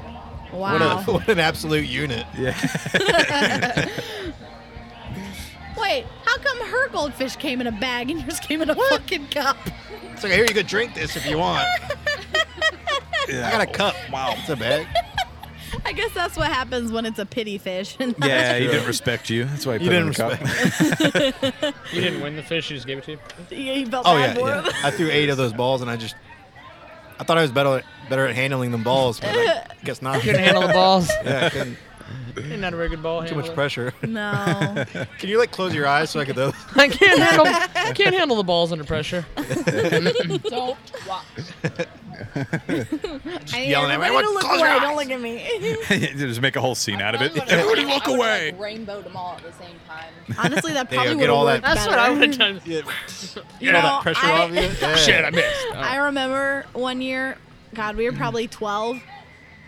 S1: What,
S2: Wow.
S1: a, what an absolute unit.
S2: Wait, how come her goldfish came in a bag and yours came in a fucking cup?
S1: It's like here you
S3: *laughs*
S1: could drink this if you want. I got a cup. Wow, it's a bag.
S2: I I guess that's what happens when it's a pity fish. and not-
S3: Yeah, he didn't respect you. That's why he
S1: You
S3: put it in
S1: didn't
S3: the cup.
S7: You didn't win the fish. You just gave it
S1: *laughs*
S7: to you.
S2: Yeah, you felt
S1: Oh yeah,
S2: bad for
S1: yeah.
S2: him.
S1: I threw eight of those balls, and I just I thought I was better better at handling them balls, but I guess not.
S7: Couldn't handle the *laughs* balls.
S1: Yeah, I couldn't.
S7: Not a very good ball.
S1: *laughs* too much
S7: handler.
S1: pressure.
S2: No.
S1: *laughs* Can you like close your eyes so I could?
S7: I *laughs* can't handle.
S1: *laughs*
S7: I can't handle the balls under pressure.
S10: Don't watch.
S2: I need
S1: yelling at
S2: everybody
S1: everyone,
S2: to look
S1: "Close your
S2: away.
S1: eyes."
S2: Don't look at me.
S3: *laughs* just make a whole scene out of it.
S10: Probably
S3: *laughs*
S10: would've-
S3: Everybody
S10: I
S3: look
S10: would've,
S3: away.
S10: Like, rainbowed them all at the same time.
S2: *laughs* Honestly, that
S1: Yeah,
S2: probably
S1: get
S2: would
S1: all that-
S2: worked
S7: That's what
S2: better.
S7: I would have done.
S1: Yeah.
S2: You
S1: all
S2: know,
S1: that pressure
S2: I-
S1: off you. Yeah.
S7: Shit, I missed. Oh.
S2: *laughs* I remember one year, God,
S1: Mm-hmm.
S2: we were probably 12,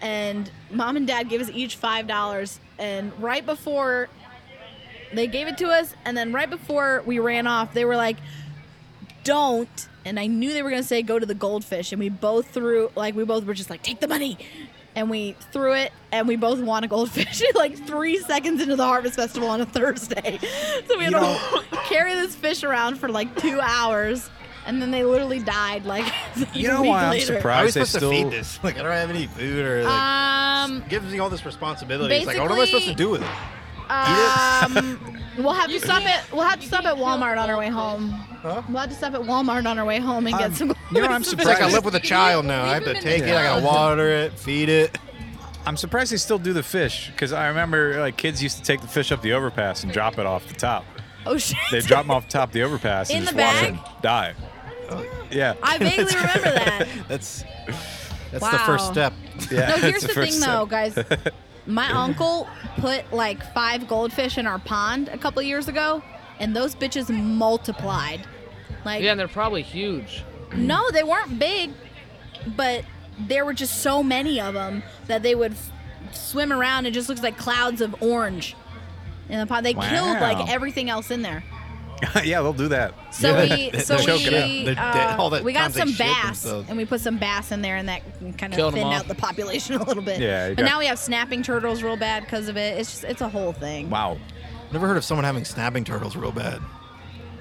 S2: and mom and dad gave us each $5. And right before they gave it to us, and then right before we ran off, they were like, don't. And I knew they were going to say, go to the goldfish. And we both threw, like, we both were just like, take the money. And we threw it, and we both won a goldfish *laughs* like three seconds into the Harvest Festival on a Thursday. *laughs* So we had to *laughs* carry this fish around for like two hours, and then they literally died. Like, *laughs*
S3: You
S2: a
S3: know
S2: week
S3: why
S1: How are
S2: later.
S3: I'm
S1: we
S3: surprised they
S1: supposed
S3: still.
S1: to feed this? *laughs* Like I don't have any food or like.
S2: Um,
S1: gives me all this responsibility. It's like, what am I supposed to do with it?
S2: um, we'll have to stop at we'll have to stop at Walmart on our way home. We'll have to stop at Walmart on our way home and get
S3: Um,
S2: some.
S3: you know, I'm
S2: goldfish.
S1: It's like I
S3: surprised-
S1: live with a child now. I have to take it. I gotta water it, feed it. *laughs*
S3: I'm surprised they still do the fish because I remember like kids used to take the fish up the overpass and drop it off the top.
S2: *laughs* Oh shit!
S3: They drop them off the top of the overpass and
S2: In
S3: just
S2: the
S3: watch
S2: bag?
S3: them die. Yeah.
S2: *laughs* I
S3: *laughs*
S2: vaguely remember that.
S1: That's that's the first
S2: Wow.
S1: step.
S3: yeah.
S2: No,
S3: it's
S2: here's the,
S3: first
S2: thing
S3: step.
S2: though, guys.
S3: *laughs*
S2: My uncle put like five goldfish in our pond a couple years ago, and those bitches multiplied. Like,
S7: Yeah, and they're probably huge.
S2: no, they weren't big, but there were just so many of them that they would f- swim around. It just looks like clouds of orange in the pond. They killed
S3: Wow.
S2: like everything else in there.
S3: *laughs* yeah, they'll do that.
S2: So
S1: Yeah, *laughs*
S2: we,
S1: they're
S2: so
S1: choking up.
S2: we,
S1: They're dead. All
S2: uh,
S1: that
S2: we got
S1: times they
S2: some
S1: shit
S2: bass,
S1: themselves.
S2: and we put some bass in there, and that kind of
S7: Killed 'em
S2: thinned
S7: off.
S2: out the population *laughs* a little bit.
S3: Yeah, you
S2: but
S3: got-
S2: now we have snapping turtles real bad because of it. It's just, it's a whole thing.
S3: Wow.
S1: Never heard of someone having snapping turtles real bad.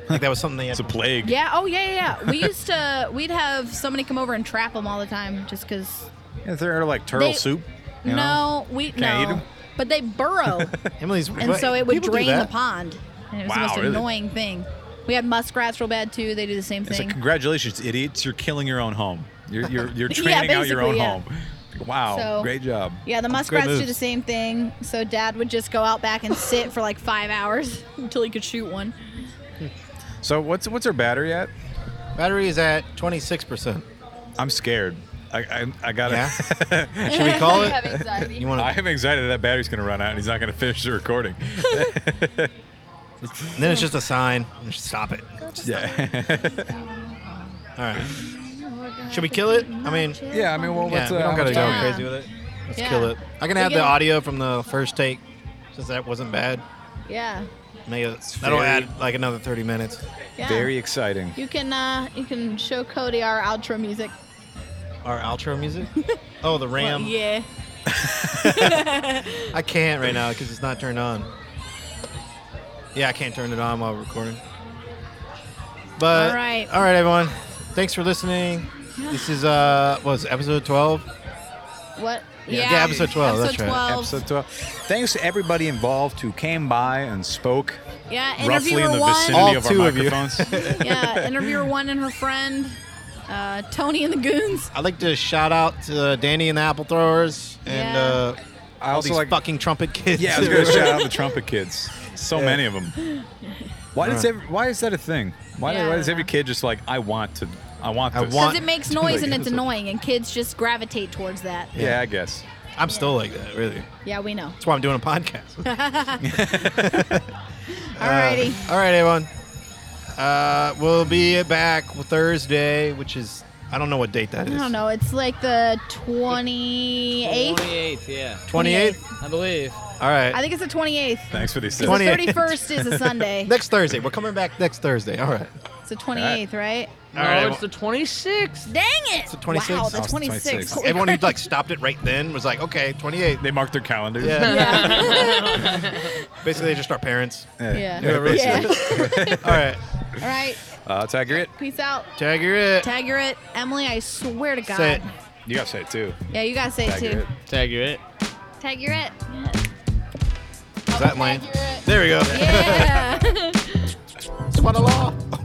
S1: Like that was something they had.
S3: *laughs* It's a plague.
S2: Yeah. Oh yeah, yeah. yeah. We used to, *laughs* we'd have somebody come over and trap them all the time, just because.
S3: Yeah, they're like turtle
S2: They-
S3: soup. you know?
S2: No, we
S3: Can't eat
S2: no.
S3: 'em?
S2: But they
S3: *laughs*
S2: burrow,
S1: Emily's
S2: and
S1: but
S2: so it would
S1: people do
S2: drain the
S1: that.
S2: pond. And it was
S3: Wow,
S2: the most
S3: really?
S2: annoying thing. We had muskrats real bad too. They do the same
S3: It's like
S2: thing.
S3: congratulations, idiots! You're killing your own home. You're you're, you're
S2: *laughs* Yeah,
S3: training out your own
S2: basically, yeah.
S3: home. Wow,
S2: So-
S3: great job.
S2: Yeah, the muskrats do
S1: moves.
S2: the same thing. So dad would just go out back and sit for like five hours *laughs* until he could shoot one.
S3: So what's what's our battery at?
S1: Battery is at
S3: *laughs*
S1: 26%.
S3: I'm scared. I I, I gotta.
S1: Yeah?
S3: *laughs*
S1: Should we
S2: *laughs*
S1: call
S10: I have
S1: it?
S10: anxiety.
S1: You want
S3: I am excited that battery's gonna run out and he's not gonna finish
S2: *laughs*
S3: the recording. *laughs*
S1: to? Then it's just a sign. Just stop it.
S3: yeah. *laughs*
S1: All right.
S2: Oh
S1: Should we kill it? I mean,
S3: yeah. I mean, well,
S1: yeah,
S3: what's
S1: we
S3: uh,
S1: don't
S3: how
S1: gotta
S3: much
S1: go
S3: time?
S1: crazy with it. Let's
S2: Yeah.
S1: kill it. I can
S2: We
S1: have the
S2: can-
S1: audio from the first take, since that wasn't bad.
S2: Yeah.
S1: Maybe that'll
S3: very-
S1: add like another 30 minutes.
S2: Yeah.
S3: Very exciting.
S2: you can uh you can show Cody our outro music.
S1: Our outro
S2: *laughs*
S1: music? Oh, the
S2: Well,
S1: Ram.
S2: yeah.
S1: I can't right now because it's not turned on. Yeah, I can't turn it on while recording. But
S2: All right.
S1: all right, everyone. Thanks for listening. This is uh, what was it, episode twelve?
S2: What?
S1: Yeah, episode 12, that's right.
S3: Episode 12. Thanks to everybody involved who came by and spoke
S2: Yeah,
S3: roughly in
S2: interviewer
S3: the
S2: one.
S3: vicinity
S1: All
S3: of our
S1: two of you.
S3: microphones.
S1: *laughs*
S2: yeah, interviewer one and her friend, uh, Tony and the
S3: *laughs*
S2: Goons.
S1: I'd like to shout out to uh, Danny and the Apple Throwers and
S2: Yeah.
S1: uh,
S3: I
S1: all
S3: also
S1: these
S3: like.
S1: fucking trumpet kids.
S3: yeah,
S1: *laughs*
S3: I was gonna shout out the trumpet kids. So many of them. Why does
S1: Alright.
S3: every, Why is that a thing? Why,
S2: Yeah, I
S3: why
S2: don't
S3: does every
S2: know.
S3: kid just like I want to? I want
S1: I
S3: this.
S1: want-
S2: Because it makes noise and it's
S1: Yeah.
S2: annoying, and kids just gravitate towards that.
S3: Yeah, I guess.
S1: I'm still like that, really.
S2: Yeah, we know.
S1: That's why I'm doing a podcast.
S2: *laughs* Alrighty.
S1: Uh, all right, everyone. Uh, we'll be back Thursday, which is I don't know what date that is.
S2: I don't know. It's like the 28th.
S9: 28th, yeah,
S1: 28th.
S9: I believe.
S1: All right.
S2: I think it's the 28th.
S3: Thanks for these.
S2: 'Cause
S1: Twenty-
S2: The
S1: 28th.
S2: 31st is a Sunday.
S1: next Thursday. We're coming back next Thursday. All right.
S2: It's the 28th, right?
S1: All
S7: No,
S1: right,
S7: it's the 26th.
S2: Dang it! It's
S1: the 26th.
S2: Wow,
S1: Oh,
S2: the
S3: it's the
S2: 26th.
S3: 26th.
S2: Holy
S1: Everyone who
S2: crap.
S1: like stopped it right then was like, okay, 28.
S3: They marked their calendars.
S1: Yeah.
S2: *laughs* Yeah.
S1: Basically, they're just our parents.
S2: Yeah.
S1: Whoever it
S2: Yeah.
S1: is. All right.
S2: All right.
S3: *laughs* Uh, it's accurate.
S2: Peace out.
S1: Tag your it.
S2: Tagger it. Emily, I swear to God.
S1: Say it.
S3: You gotta say it too.
S2: Yeah, you got to say it
S3: Accurate.
S2: too.
S9: Tag you it.
S5: Tag your it.
S1: Is that lame? There we go.
S2: *laughs*
S5: Yeah.
S1: It's by the law.